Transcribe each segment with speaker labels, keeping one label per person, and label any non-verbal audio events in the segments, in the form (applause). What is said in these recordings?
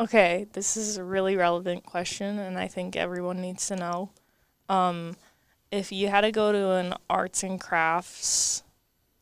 Speaker 1: Okay, this is a really relevant question, and I think everyone needs to know. Um, if you had to go to an arts and crafts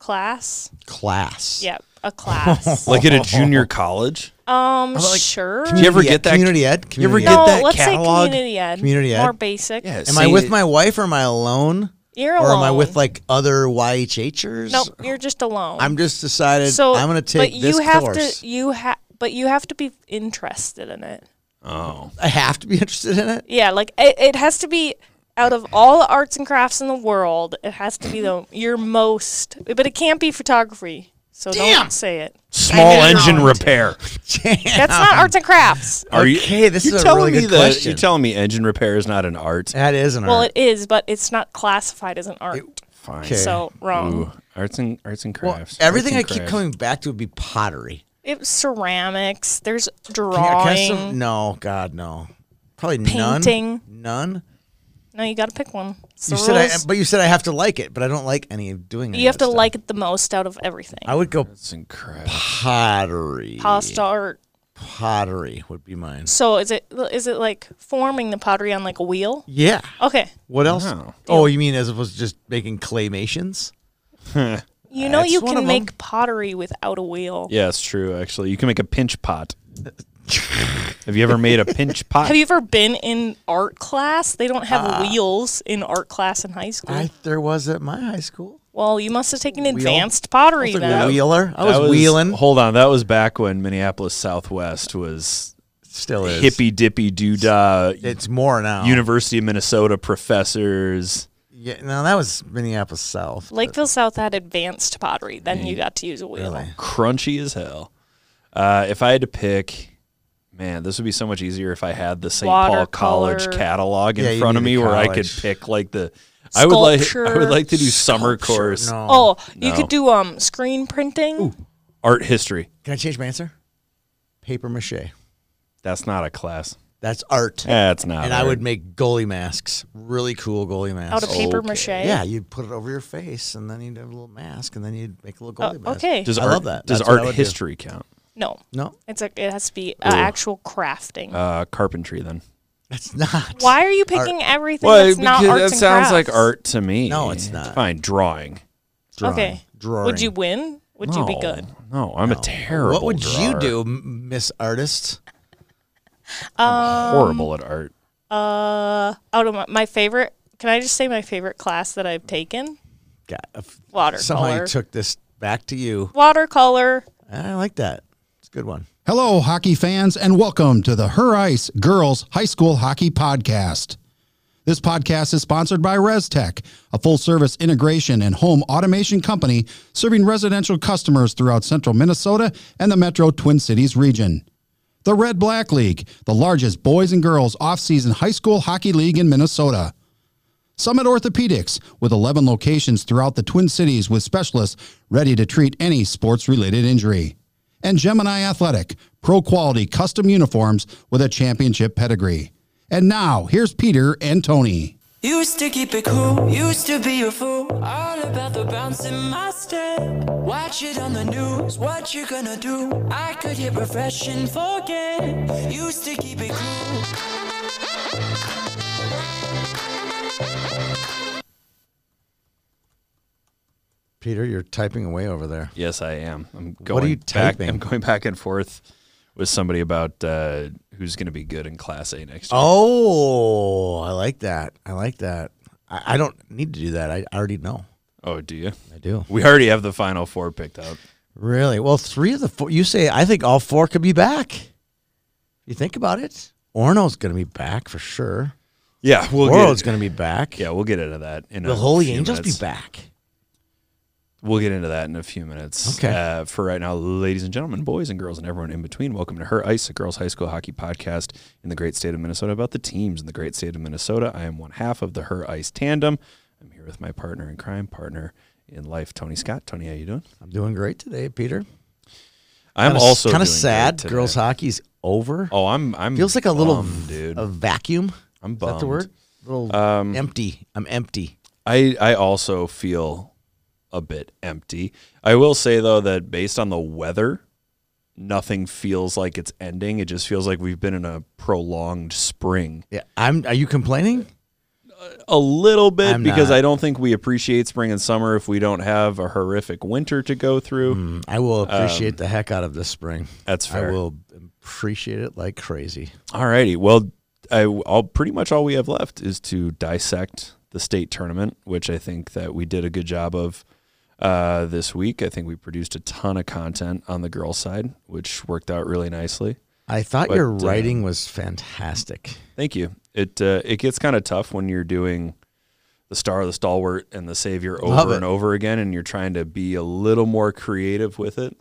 Speaker 1: class,
Speaker 2: Class.
Speaker 1: yep, a
Speaker 2: (laughs)
Speaker 1: class.
Speaker 3: Like at a junior college?
Speaker 1: um,
Speaker 2: like,
Speaker 1: sure.
Speaker 3: Do you
Speaker 2: Community
Speaker 3: ever get
Speaker 2: ed-
Speaker 3: that-
Speaker 2: community ed?
Speaker 3: you ever
Speaker 2: Community
Speaker 3: get
Speaker 2: ed.
Speaker 1: no,
Speaker 3: that
Speaker 1: let's
Speaker 3: catalog?
Speaker 1: say community ed.
Speaker 2: Community ed?
Speaker 1: More basic.
Speaker 3: Yeah,
Speaker 2: Am I
Speaker 3: see,
Speaker 2: with
Speaker 3: it-
Speaker 2: my wife or am I alone?
Speaker 1: You're
Speaker 2: Or
Speaker 1: alone.
Speaker 2: am I with like other YHHers?
Speaker 1: No, you're just alone.
Speaker 2: I'm just decided
Speaker 1: so
Speaker 2: I'm going to
Speaker 1: but
Speaker 2: take this
Speaker 1: you have
Speaker 2: course.
Speaker 1: To, you have, but you have to be interested in it.
Speaker 3: Oh.
Speaker 2: I have to be (laughs) interested in it.
Speaker 1: Yeah, like it, it has to be out of all the arts and crafts in the world, it has to be
Speaker 2: (laughs)
Speaker 1: the your most, but it can't be photography. So
Speaker 2: Damn.
Speaker 1: don't say
Speaker 2: (laughs)
Speaker 1: it.
Speaker 3: Small engine repair.
Speaker 1: That's not arts and crafts.
Speaker 3: Are you
Speaker 2: okay, this
Speaker 3: You're
Speaker 2: is a really
Speaker 3: telling me
Speaker 2: good
Speaker 3: that-
Speaker 2: question. Eh,
Speaker 3: You're telling me engine repair is not an art?
Speaker 2: that is an
Speaker 1: Well,
Speaker 2: art.
Speaker 1: it is, but it's not classified as an art.
Speaker 3: Fine.
Speaker 2: Okay.
Speaker 1: So wrong.
Speaker 3: Ooh, arts and arts and
Speaker 2: Well,
Speaker 3: crafts.
Speaker 2: everything I
Speaker 3: Arts and
Speaker 2: keep
Speaker 3: crafts.
Speaker 2: coming back to would be pottery.
Speaker 1: It's ceramics. There's
Speaker 2: Can I- can I
Speaker 1: drawing.
Speaker 2: have some- no, God, no. Probably
Speaker 1: Painting.
Speaker 2: none. None.
Speaker 1: no, you got to pick one. It's
Speaker 2: You
Speaker 1: the
Speaker 2: said I,
Speaker 1: rules.
Speaker 2: but you said I have to like it, but I don't like any of doing. any
Speaker 1: you have
Speaker 2: of
Speaker 1: to
Speaker 2: that stuff.
Speaker 1: like it the most out of everything.
Speaker 2: I would go
Speaker 3: Arts and crafts.
Speaker 2: pottery.
Speaker 1: Pasta art.
Speaker 2: pottery would be mine.
Speaker 1: So is it is it like forming the pottery on like a wheel?
Speaker 2: Yeah.
Speaker 1: Okay.
Speaker 2: What else?
Speaker 3: Wow.
Speaker 2: Oh, you mean as opposed to just making claymations?
Speaker 1: You know
Speaker 2: That's
Speaker 1: you
Speaker 2: Uh, one
Speaker 1: can
Speaker 2: of 'em.
Speaker 1: make pottery without a wheel.
Speaker 3: Yeah, it's true. Actually, you can make a pinch
Speaker 2: (laughs)
Speaker 3: pot. Have you ever made
Speaker 1: (laughs)
Speaker 3: a pinch pot?
Speaker 1: Have you ever been in art class? They don't have
Speaker 2: Ah.
Speaker 1: wheels in art class in high school.
Speaker 2: I there was at my high school.
Speaker 1: well, you must have taken
Speaker 2: Wheel?
Speaker 1: advanced
Speaker 2: I
Speaker 1: pottery
Speaker 2: was a
Speaker 1: then.
Speaker 2: wheeler. I
Speaker 3: That
Speaker 2: was, wheeling.
Speaker 3: Hold on, that was back when Minneapolis Southwest was
Speaker 2: Still is
Speaker 3: hippy dippy doodah.
Speaker 2: It's more now.
Speaker 3: University of Minnesota professors.
Speaker 2: yeah, no, that was Minneapolis South.
Speaker 1: Lakeville South had advanced pottery. Then you got to use a wheel.
Speaker 2: Really?
Speaker 3: crunchy as hell. Uh, if I had to pick, man, this would be so much easier if I had the St. Paul College
Speaker 1: Watercolor.
Speaker 3: catalog in
Speaker 2: Yeah, you
Speaker 3: front of
Speaker 2: need
Speaker 3: me
Speaker 2: the
Speaker 3: where I could
Speaker 2: college.
Speaker 3: pick like the. I would like. I
Speaker 1: Sculpture.
Speaker 3: would like to do summer course
Speaker 2: No.
Speaker 1: Oh, you
Speaker 3: No.
Speaker 1: could do um screen printing.
Speaker 3: art history.
Speaker 2: Can I change my answer? Paper mache.
Speaker 3: That's not a class.
Speaker 2: That's art.
Speaker 3: That's not.
Speaker 2: and I
Speaker 3: art.
Speaker 2: would make goalie masks. Really cool goalie masks.
Speaker 1: Out of paper mache.
Speaker 3: Oh.
Speaker 2: Yeah, you'd put it over your face, and then you'd have a little mask, and then you'd make a little
Speaker 1: Oh,
Speaker 2: goalie mask.
Speaker 1: okay.
Speaker 3: Does
Speaker 2: I
Speaker 3: art,
Speaker 2: love that.
Speaker 3: Does
Speaker 2: That's what I
Speaker 3: art
Speaker 2: would do.
Speaker 3: history count?
Speaker 1: No.
Speaker 2: No,
Speaker 1: It's a, it has to be uh, actual crafting.
Speaker 3: Uh, carpentry then.
Speaker 2: that's not.
Speaker 1: Why are you picking everything that's not
Speaker 3: because
Speaker 1: arts
Speaker 3: that
Speaker 1: and
Speaker 3: sounds like
Speaker 1: crafts?
Speaker 3: art to me.
Speaker 2: No, it's not.
Speaker 3: Fine, drawing.
Speaker 2: Drawing.
Speaker 1: Okay.
Speaker 2: Drawing.
Speaker 1: Would you win? Would you be
Speaker 3: No,
Speaker 1: good?
Speaker 3: No, I'm a terrible.
Speaker 2: What would you
Speaker 3: drawer.
Speaker 2: do, m- Miss Artist?
Speaker 3: Horrible at
Speaker 1: Um,
Speaker 3: art.
Speaker 1: Uh, out of my, my favorite, can I just say my favorite class that I've taken?
Speaker 2: God, if uh, Somehow you
Speaker 1: Watercolor.
Speaker 2: took this back to you.
Speaker 1: Watercolor.
Speaker 2: I like that. It's a good one.
Speaker 4: Hello, hockey fans, and welcome to the Her Ice Girls High School Hockey Podcast. This podcast is sponsored by ResTech, a full service integration and home automation company serving residential customers throughout central Minnesota and the metro Twin Cities region. The Red Black League, the largest boys and girls off-season high school hockey league in Minnesota. Summit Orthopedics, with 11 locations throughout the Twin Cities with specialists ready to treat any sports related injury. And Gemini Athletic, pro quality custom uniforms with a championship pedigree. And now, here's Peter and Tony.
Speaker 5: Used to keep it cool, used to be a fool. All about the bounce in my step. Watch it on the news, what you gonna do? I could hit refresh and forget. Used to keep it cool.
Speaker 2: Peter, you're typing away over there.
Speaker 3: Yes, I am. I'm going
Speaker 2: What are you
Speaker 3: back,
Speaker 2: typing?
Speaker 3: I'm going back and forth with somebody about uh, who's going to be good in Class A next year.
Speaker 2: Oh, I like that. I like that. I, I don't need to do that. I, I already know.
Speaker 3: Oh, do you?
Speaker 2: I do.
Speaker 3: We already have the final four picked out.
Speaker 2: Really? Well, three of the four. You say I think all four could be back. You think about it. Orno's going to be back for sure.
Speaker 3: Yeah, we'll
Speaker 2: Orlo's
Speaker 3: get.
Speaker 2: going to be back.
Speaker 3: yeah, we'll get into that. In
Speaker 2: Will
Speaker 3: a
Speaker 2: Holy
Speaker 3: few
Speaker 2: Angels
Speaker 3: minutes.
Speaker 2: be back?
Speaker 3: We'll get into that in a few minutes.
Speaker 2: Okay.
Speaker 3: Uh, for right now, ladies and gentlemen, boys and girls, and everyone in between, welcome to Her Ice, a girls' high school hockey podcast in the great state of Minnesota about the teams in the great state of Minnesota. I am one half of the Her Ice tandem. I'm here with my partner in crime, partner in life, Tony Scott. Tony, how you doing?
Speaker 2: I'm doing great today, Peter.
Speaker 3: I'm
Speaker 2: Kinda-
Speaker 3: also
Speaker 2: kinda
Speaker 3: doing great
Speaker 2: sad.
Speaker 3: today.
Speaker 2: Girls hockey's over.
Speaker 3: Oh, I'm I'm
Speaker 2: Feels like a little
Speaker 3: bummed,
Speaker 2: v-
Speaker 3: dude.
Speaker 2: a vacuum.
Speaker 3: I'm
Speaker 2: Is that the
Speaker 3: bummed. Um,
Speaker 2: word? little empty. I'm empty.
Speaker 3: I I also feel a bit empty. I will say though that based on the weather, nothing feels like it's ending. It just feels like we've been in a prolonged spring.
Speaker 2: Yeah, I'm. Are you complaining?
Speaker 3: A little bit
Speaker 2: I'm
Speaker 3: because
Speaker 2: not.
Speaker 3: I don't think we appreciate spring and summer if we don't have a horrific winter to go through.
Speaker 2: I will appreciate the heck out of this spring.
Speaker 3: That's Um, fair.
Speaker 2: Mm. I will appreciate it like crazy.
Speaker 3: All righty. Well, I, all pretty much all we have left is to dissect the state tournament, which I think that we did a good job of uh, this week. I think we produced a ton of content on the girls' side, which worked out really nicely.
Speaker 2: I thought
Speaker 3: But,
Speaker 2: your
Speaker 3: uh,
Speaker 2: writing was fantastic.
Speaker 3: Thank you. It uh, it gets kind of tough when you're doing the star, the stalwart, and the savior
Speaker 2: Love
Speaker 3: over
Speaker 2: it.
Speaker 3: and over again, and you're trying to be a little more creative with it.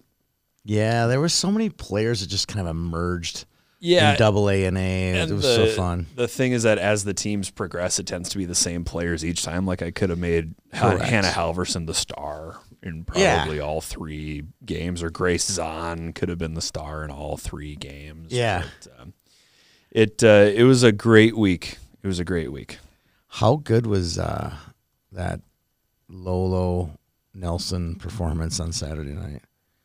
Speaker 2: Yeah, there were so many players that just kind of emerged
Speaker 3: Yeah,
Speaker 2: in double A and A. It
Speaker 3: And
Speaker 2: was
Speaker 3: the,
Speaker 2: so fun.
Speaker 3: The thing is that as the teams progress, it tends to be the same players each time. Like I could have made Ha-
Speaker 2: Correct.
Speaker 3: Hannah Halverson the star in
Speaker 2: Yeah.
Speaker 3: probably all three games, or Grace Zahn could have been the star in all three games.
Speaker 2: Yeah.
Speaker 3: But, um, it uh, it was a great week. It was a great week.
Speaker 2: How good was uh, that Lolo Nelson performance on Saturday night?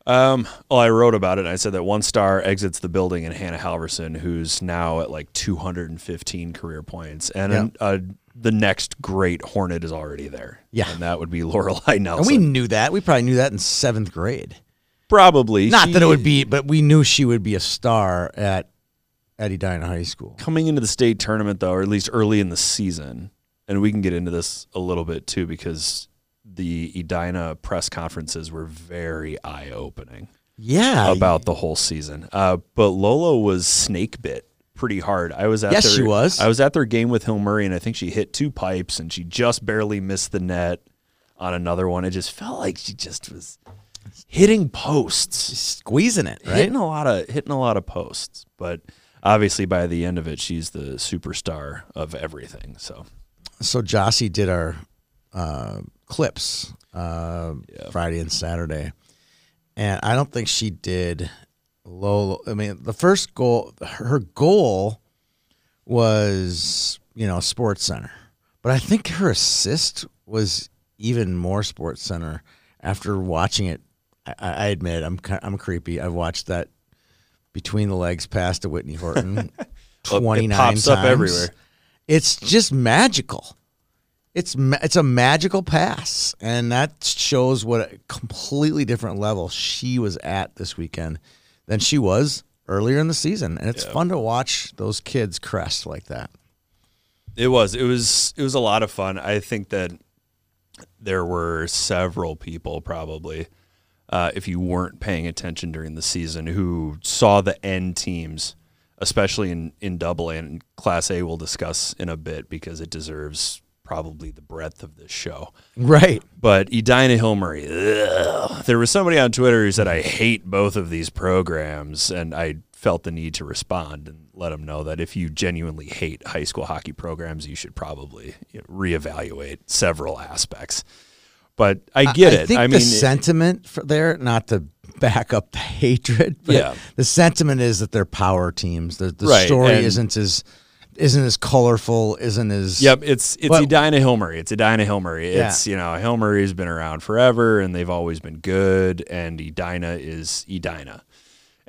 Speaker 3: Um, well, I wrote about it. And I said that one star exits the building, and Hannah Halverson, who's now at like 215 career points, and
Speaker 2: Yeah.
Speaker 3: uh, the next great Hornet is already there.
Speaker 2: Yeah.
Speaker 3: and that would be (laughs) Lorelai
Speaker 2: And
Speaker 3: Nelson.
Speaker 2: we knew that. We probably knew that in seventh grade.
Speaker 3: probably
Speaker 2: Not
Speaker 3: She-
Speaker 2: that it would be, but we knew she would be a star at Edina High School.
Speaker 3: coming into the state tournament though, or at least early in the season. And we can get into this a little bit too because the Edina press conferences were very eye opening.
Speaker 2: Yeah.
Speaker 3: about the whole season. Uh, but Lolo was snake bit pretty hard. I was at
Speaker 2: Yes,
Speaker 3: their,
Speaker 2: she was.
Speaker 3: I was at their game with Hill Murray, and I think she hit two pipes, and she just barely missed the net on another one. It just felt like she just was hitting posts,
Speaker 2: squeezing it, right?
Speaker 3: hitting a lot of hitting a lot of posts. But obviously, by the end of it, she's the superstar of everything. So
Speaker 2: So Jossie did our uh, clips uh, Friday and Saturday, and I don't think she did Lolo. I mean, the first goal, her goal was you know Sports Center, but I think her assist was even more Sports Center. After watching it, I, I I admit I'm ki- I'm creepy. I've watched that between the legs pass to Whitney Horton.
Speaker 3: (laughs) Well, it
Speaker 2: 29
Speaker 3: pops up
Speaker 2: times.
Speaker 3: everywhere.
Speaker 2: It's just magical. It's ma- it's a magical pass, and that shows what a completely different level she was at this weekend than she was earlier in the season. And it's fun to watch those kids crest like that.
Speaker 3: It was. It was. It was a lot of fun. I think that there were several people probably, uh, if you weren't paying attention during the season, who saw the end teams, especially in in Double A and Class A. We'll discuss in a bit because it deserves probably the breadth of this show.
Speaker 2: Right.
Speaker 3: But Edina Hill Murray, ugh. there was somebody on Twitter who said, I hate both of these programs. And I felt the need to respond and let them know that if you genuinely hate high school hockey programs, you should probably you know, reevaluate several aspects. But I get it.
Speaker 2: think
Speaker 3: I
Speaker 2: the
Speaker 3: mean,
Speaker 2: sentiment for there, not to back up the (laughs) hatred, but
Speaker 3: Yeah.
Speaker 2: the sentiment is that they're power teams. The, the
Speaker 3: Right,
Speaker 2: story
Speaker 3: and-
Speaker 2: isn't as isn't as colorful, isn't as
Speaker 3: Yep, it's it's
Speaker 2: But-
Speaker 3: Edina Hill Murray. It's Edina Hill Murray.
Speaker 2: Yeah.
Speaker 3: It's you know Hill Murray's been around forever, and they've always been good. And Edina is Edina.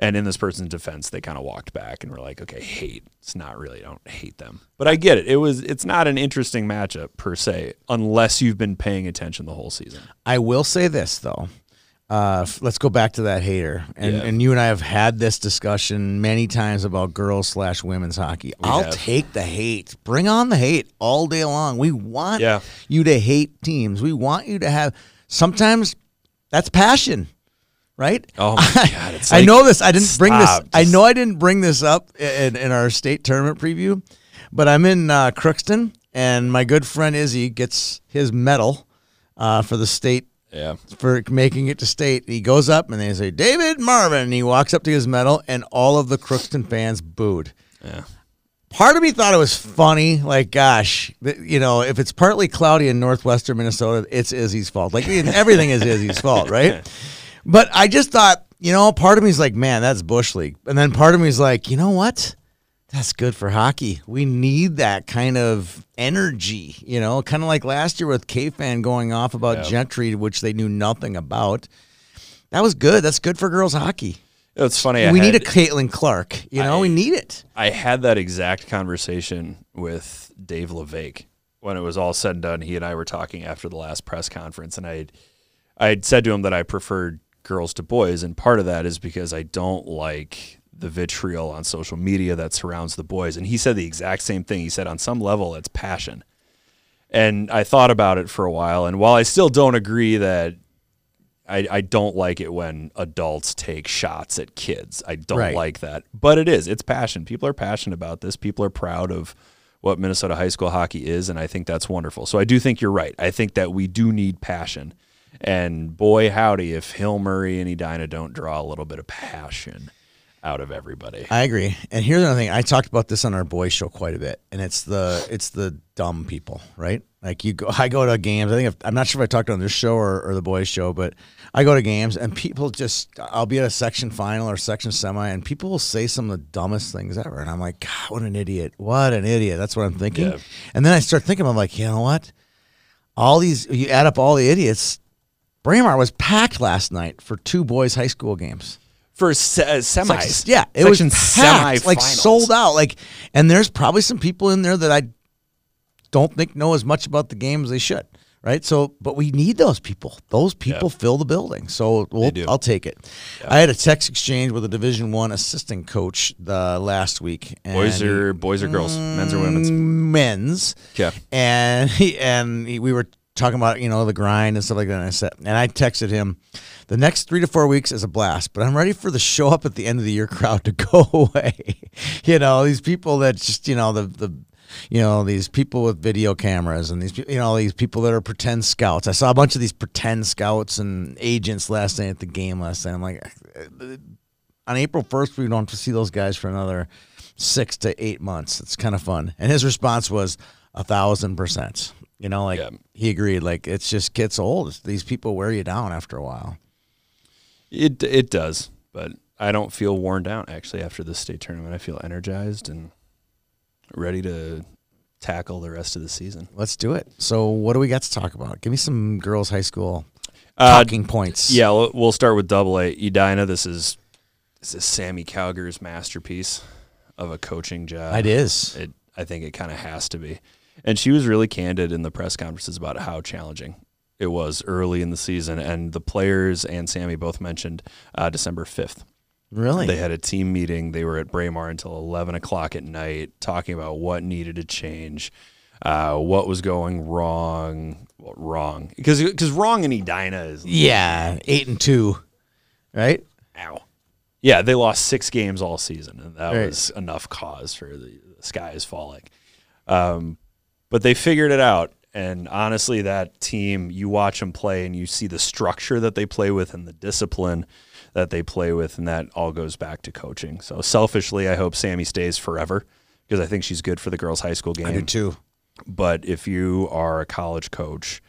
Speaker 3: And in this person's defense, they kind of walked back and were like, "Okay, hate. It's not really. I don't hate them, but I get it. It was. It's not an interesting matchup per se, unless you've been paying attention the whole season.
Speaker 2: I will say this though. Uh, f- let's go back to that hater, and,
Speaker 3: Yeah.
Speaker 2: and you and I have had this discussion many times about girls slash women's hockey. I'll
Speaker 3: have.
Speaker 2: take the hate. Bring on the hate all day long. We want
Speaker 3: Yeah.
Speaker 2: you to hate teams. We want you to have. Sometimes that's passion, right?
Speaker 3: Oh
Speaker 2: (laughs)
Speaker 3: my (laughs) god! It's
Speaker 2: I
Speaker 3: like-
Speaker 2: know this. I didn't bring this.
Speaker 3: stop.
Speaker 2: I
Speaker 3: Just-
Speaker 2: know I didn't bring this up in, in our state tournament preview, but I'm in uh, Crookston, and my good friend Izzy gets his medal uh, for the state
Speaker 3: Yeah.
Speaker 2: for making it to state. He goes up and they say David Marvin, and he walks up to his medal, and all of the Crookston fans booed.
Speaker 3: Yeah.
Speaker 2: Part of me thought it was funny, like, gosh, th- you know, if it's partly cloudy in northwestern Minnesota, it's Izzy's fault. Like, everything is Izzy's fault, right? But I just thought, you know, part of me's like, man, that's bush league, and then part of me's like, you know what? That's good for hockey. We need that kind of energy, you know, kind of like last year with K fan going off about
Speaker 3: Yeah.
Speaker 2: Gentry, which they knew nothing about. That was good. That's good for girls hockey.
Speaker 3: It's funny. I
Speaker 2: we
Speaker 3: had,
Speaker 2: need a Caitlin Clark. You know, we need it.
Speaker 3: I had that exact conversation with Dave LeVake when it was all said and done. He and I were talking after the last press conference, and I, I had said to him that I preferred girls to boys, and part of that is because I don't like the vitriol on social media that surrounds the boys. And he said the exact same thing. He said, on some level, it's passion. And I thought about it for a while, and while I still don't agree that. I, I don't like it when adults take shots at kids. I don't
Speaker 2: Right.
Speaker 3: like like that. But it is. It's passion. People are passionate about this. People are proud of what Minnesota high school hockey is, and I think that's wonderful. So I do think you're right. I think that we do need passion. And boy howdy, if Hill Murray and Edina don't draw a little bit of passion out of everybody.
Speaker 2: I agree. And here's another thing. I talked about this on our boys show quite a bit, and it's the it's the dumb people, right? Like you go, (laughs) I go to games. I think i I'm not sure if I talked on this show or, or the boys show, but I go to games and people just. I'll be at a section final or section semi, and people will say some of the dumbest things ever, and I'm like, God, what an idiot! What an idiot! That's what I'm thinking.
Speaker 3: Yeah.
Speaker 2: And then I start thinking, I'm like, you know what? All these you add up all the idiots. Braemar was packed last night for two boys high school games.
Speaker 3: For se- uh, semis.
Speaker 2: Sex- yeah, it was packed, like
Speaker 3: semifinals.
Speaker 2: sold out. Like, and there's probably some people in there that I don't think know as much about the game as they should. Right. So, but we need those people. Those people fill the building. So we'll,
Speaker 3: do.
Speaker 2: I'll take it. I had a text exchange with a Division One assistant coach the last week. And Mm.
Speaker 3: Boys or boys or girls, men's or women's.
Speaker 2: men's.
Speaker 3: Okay.
Speaker 2: And he and he, we were talking about you know the grind and stuff like that. And I said, and I texted him, the next three to four weeks is a blast, but I'm ready for the show up at the end of the year crowd to (laughs) go away. you know these people that just you know the the. You know these people with video cameras and these pe- you know these people that are pretend scouts. I saw a bunch of these pretend scouts and agents last night at the game last night. I'm like, on April 1st, we don't have to see those guys for another six to eight months. It's kind of fun. And his response was a thousand percent. You know, like
Speaker 3: Yeah.
Speaker 2: he agreed, like it's just gets old. It's- These people wear you down after a while.
Speaker 3: It it does, but I don't feel worn down actually after this state tournament. I feel energized and ready to tackle the rest of the season.
Speaker 2: Let's do it. So, what do we got to talk about? Give me some girls' high school
Speaker 3: Uh,
Speaker 2: talking points.
Speaker 3: Yeah, we'll- we'll start with double A. Edina, this is this is Sammy Cowger's masterpiece of a coaching job.
Speaker 2: it is.
Speaker 3: It I think it kind of has to be. And she was really candid in the press conferences about how challenging it was early in the season. And the players and Sammy both mentioned uh, December 5th
Speaker 2: Really?
Speaker 3: they had a team meeting. They were at Braemar until 11 o'clock at night talking about what needed to change, uh, what was going wrong. Well, wrong. Because wrong in Edina is.
Speaker 2: yeah, eight and two, right?
Speaker 3: Ow. Yeah, they lost six games all season, and that
Speaker 2: Right.
Speaker 3: was enough cause for the, the sky is falling. Um, but they figured it out. And honestly, that team, you watch them play and you see the structure that they play with and the discipline that they play with, and that all goes back to coaching. So selfishly, I hope Sammy stays forever because I think she's good for the girls' high school game.
Speaker 2: I do too.
Speaker 3: But if you are a college coach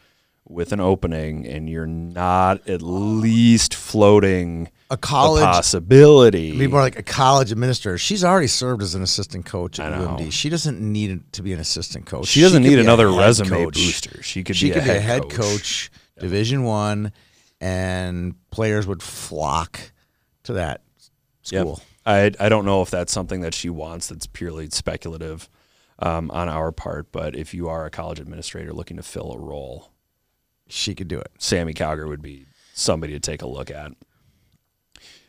Speaker 3: with an opening and you're not at least floating
Speaker 2: A college-
Speaker 3: the possibility,
Speaker 2: Be more like a college administrator. She's already served as an assistant coach at
Speaker 3: I know.
Speaker 2: UMD. She doesn't need to be an assistant coach.
Speaker 3: she doesn't
Speaker 2: could
Speaker 3: need
Speaker 2: be a
Speaker 3: another
Speaker 2: head
Speaker 3: resume
Speaker 2: coach.
Speaker 3: booster. She could
Speaker 2: she
Speaker 3: be
Speaker 2: could
Speaker 3: a
Speaker 2: be
Speaker 3: head
Speaker 2: a head coach, Division One, and players would flock to that
Speaker 3: Yep.
Speaker 2: school.
Speaker 3: I I don't know if that's something that she wants. That's purely speculative um, on our part. But if you are a college administrator looking to fill a role,
Speaker 2: She could do it.
Speaker 3: Sammy Cowger would be somebody to take a look at.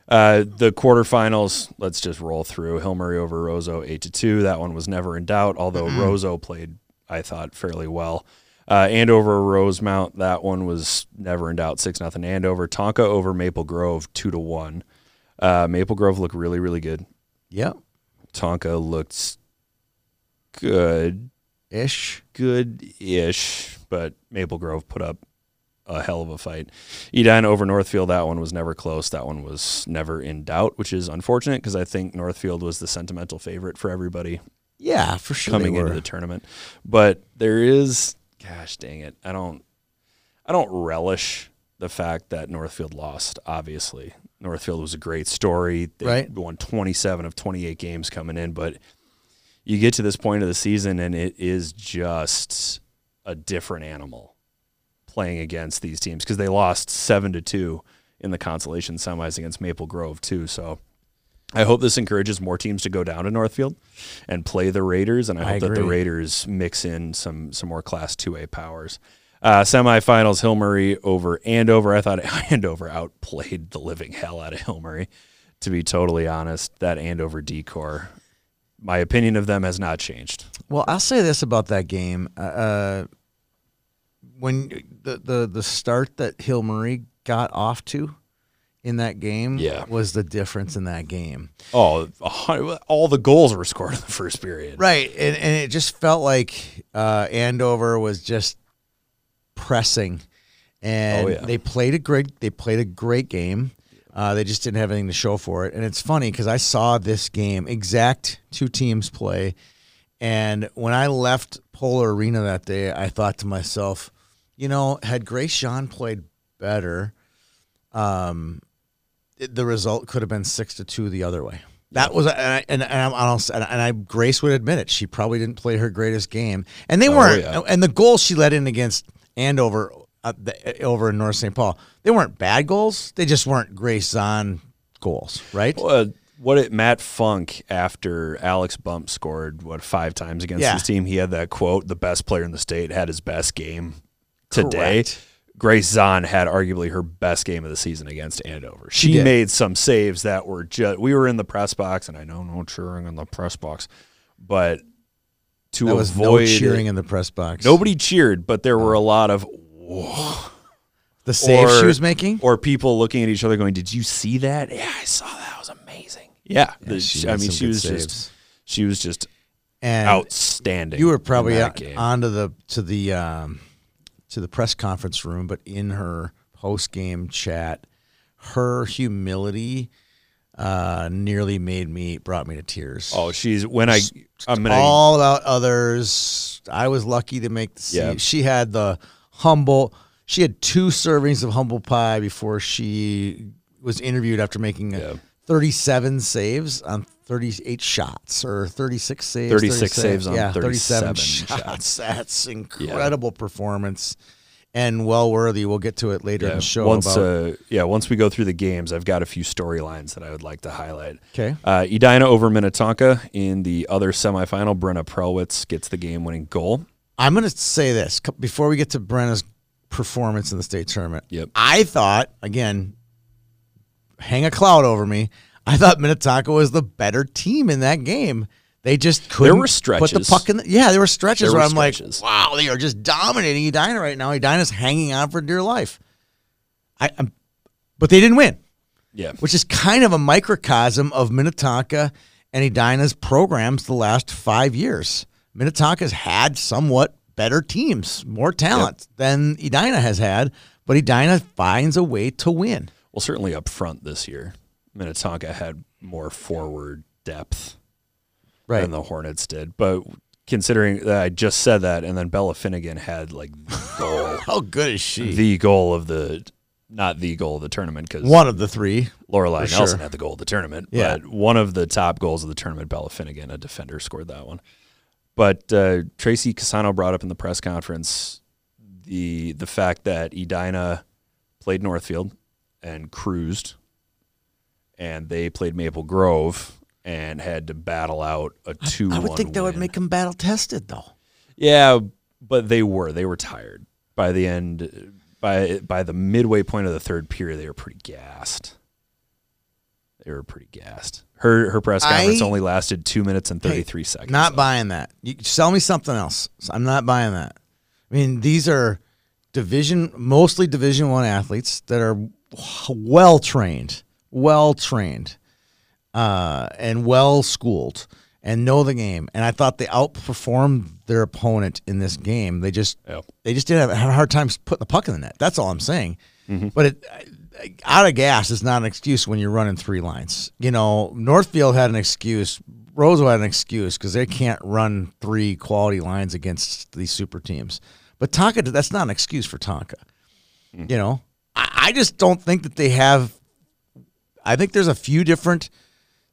Speaker 3: Uh, the quarterfinals, let's just roll through. Hill Murray over Rozo, 8 to 2. That one was never in doubt, although Rozo played, I thought, fairly well. Uh, Andover Rosemount, that one was never in doubt, 6 nothing. Andover. Tonka over Maple Grove, 2 to 1. Uh, Maple Grove looked really, really good.
Speaker 2: Yep.
Speaker 3: Tonka looked good,
Speaker 2: Ish.
Speaker 3: good ish, but Maple Grove put up a hell of a fight. Edina over Northfield, that one was never close. That one was never in doubt, which is unfortunate because I think Northfield was the sentimental favorite for everybody
Speaker 2: Yeah, for sure.
Speaker 3: coming
Speaker 2: they were.
Speaker 3: into the tournament. But there is gosh dang it. I don't I don't relish the fact that Northfield lost, obviously. Northfield was a great story. They
Speaker 2: Right.
Speaker 3: won 27 of 28 games coming in, but you get to this point of the season and it is just a different animal playing against these teams because they lost 7 to 2 in the consolation semis against Maple Grove too. So I hope this encourages more teams to go down to Northfield and play the Raiders, and I hope that the
Speaker 2: agree.
Speaker 3: Raiders mix in some some more Class Two A powers. Uh, semifinals: Hill Murray over Andover. I thought (laughs) Andover outplayed the living hell out of Hill Murray. To be totally honest, that Andover decor, my opinion of them has not changed.
Speaker 2: Well, I'll say this about that game: uh, when the, the the start that Hill Murray got off to in that game
Speaker 3: Yeah.
Speaker 2: was the difference in that game.
Speaker 3: Oh, a hun- all the goals were scored in the first period.
Speaker 2: Right, and and it just felt like uh, Andover was just pressing, and
Speaker 3: Oh, yeah.
Speaker 2: they played a great they played a great game. Uh, they just didn't have anything to show for it, and it's funny because I saw this game exact two teams play, and when I left Polar Arena that day, I thought to myself, you know, had Grace Jean played better, um, it- the result could have been six to two the other way. That was and I, and, and I'm honest, and, and I Grace would admit it. She probably didn't play her greatest game, and they weren't.
Speaker 3: Oh, yeah.
Speaker 2: And the goals she let in against Andover uh, the, over in North St. Paul, they weren't bad goals. They just weren't Grace on goals, right?
Speaker 3: Uh, what it, Matt Funk after Alex Bump scored what five times against
Speaker 2: Yeah.
Speaker 3: his team? He had that quote: "The best player in the state had his best game today."
Speaker 2: Correct.
Speaker 3: Grace Zahn had arguably her best game of the season against Andover. She,
Speaker 2: did.
Speaker 3: made some saves that were just. We were in the press box, and I know no cheering in the press box, but to
Speaker 2: That was no
Speaker 3: avoid
Speaker 2: cheering in the press box.
Speaker 3: nobody cheered, but there were a lot of
Speaker 2: the save she was making.
Speaker 3: or people looking at each other going, "Did you see that? Yeah, I saw that. That was amazing." Yeah, the-
Speaker 2: she
Speaker 3: she-
Speaker 2: made
Speaker 3: I mean,
Speaker 2: some
Speaker 3: she
Speaker 2: good
Speaker 3: was
Speaker 2: saves.
Speaker 3: just she was just
Speaker 2: and
Speaker 3: outstanding.
Speaker 2: You were
Speaker 3: in
Speaker 2: probably uh,
Speaker 3: that
Speaker 2: on
Speaker 3: game.
Speaker 2: onto the to the um, to the press conference room, but in her post game chat, her humility uh, nearly made me brought me to tears.
Speaker 3: oh, she's when I I'm gonna
Speaker 2: all about others. I was lucky to make the seat.
Speaker 3: Yeah.
Speaker 2: She had the humble. She had two servings of humble pie before she was interviewed after making uh,
Speaker 3: Yeah.
Speaker 2: 37 saves on 38 shots or 36 saves.
Speaker 3: 36 saves on
Speaker 2: (laughs)
Speaker 3: 37
Speaker 2: shots. That's incredible performance and well worthy. We'll get to it later in
Speaker 3: yeah,
Speaker 2: the show.
Speaker 3: once
Speaker 2: about,
Speaker 3: uh, yeah once we go through the games, I've got a few storylines that I would like to highlight.
Speaker 2: 'Kay.
Speaker 3: uh, Edina over Minnetonka in the other semifinal. Brenna Prelwitz gets the game winning goal.
Speaker 2: I'm going to say this c- before we get to Brenna's performance in the state tournament.
Speaker 3: Yep.
Speaker 2: I thought, again, hang a cloud over me. I thought Minnetonka was the better team in that game. They just couldn't
Speaker 3: were
Speaker 2: put the
Speaker 3: stretches.
Speaker 2: puck in. The, yeah, there were stretches where
Speaker 3: There were
Speaker 2: I'm
Speaker 3: stretches.
Speaker 2: like, wow, they are just dominating Edina right now. Edina's hanging on for dear life. I, i but they didn't win
Speaker 3: Yeah,
Speaker 2: which is kind of a microcosm of Minnetonka and Edina's programs the last five years. Minnetonka's had somewhat better teams, more talent than Edina has had, but Edina finds a way to win.
Speaker 3: well certainly up front this year, Minnetonka had more forward depth. than the Hornets did. But considering that I just said that, and then Bella Finnegan had like the
Speaker 2: (laughs)
Speaker 3: goal,
Speaker 2: How good is she?
Speaker 3: the goal of the not the goal of the tournament because
Speaker 2: One of the three.
Speaker 3: Lorelai
Speaker 2: sure.
Speaker 3: Nelson had the goal of the tournament.
Speaker 2: Yeah.
Speaker 3: But one of the top goals of the tournament, Bella Finnegan, a defender, scored that one. But uh, Tracy Casano brought up in the press conference the the fact that Edina played Northfield and cruised, and they played Maple Grove and had to battle out a two.
Speaker 2: I would think that would make them battle tested, though.
Speaker 3: Yeah, but they were they were tired by the end. By by the midway point of the third period, they were pretty gassed. They were pretty gassed. Her her press conference
Speaker 2: I-
Speaker 3: only lasted two minutes and thirty three
Speaker 2: Hey,
Speaker 3: seconds.
Speaker 2: Not buying that. You sell me something else. I'm not buying that. I mean, these are division, mostly Division One athletes that are well trained, well trained, uh, and well schooled, and know the game. And I thought they outperformed their opponent in this game. They just
Speaker 3: Yep.
Speaker 2: they just did have had a hard time putting the puck in the net. That's all I'm saying. But it, out of gas is not an excuse when you're running three lines. You know, Northfield had an excuse. Roseville had an excuse because they can't run three quality lines against these super teams. But Tonka, that's not an excuse for Tonka. You know, I, I just don't think that they have. I think there's a few different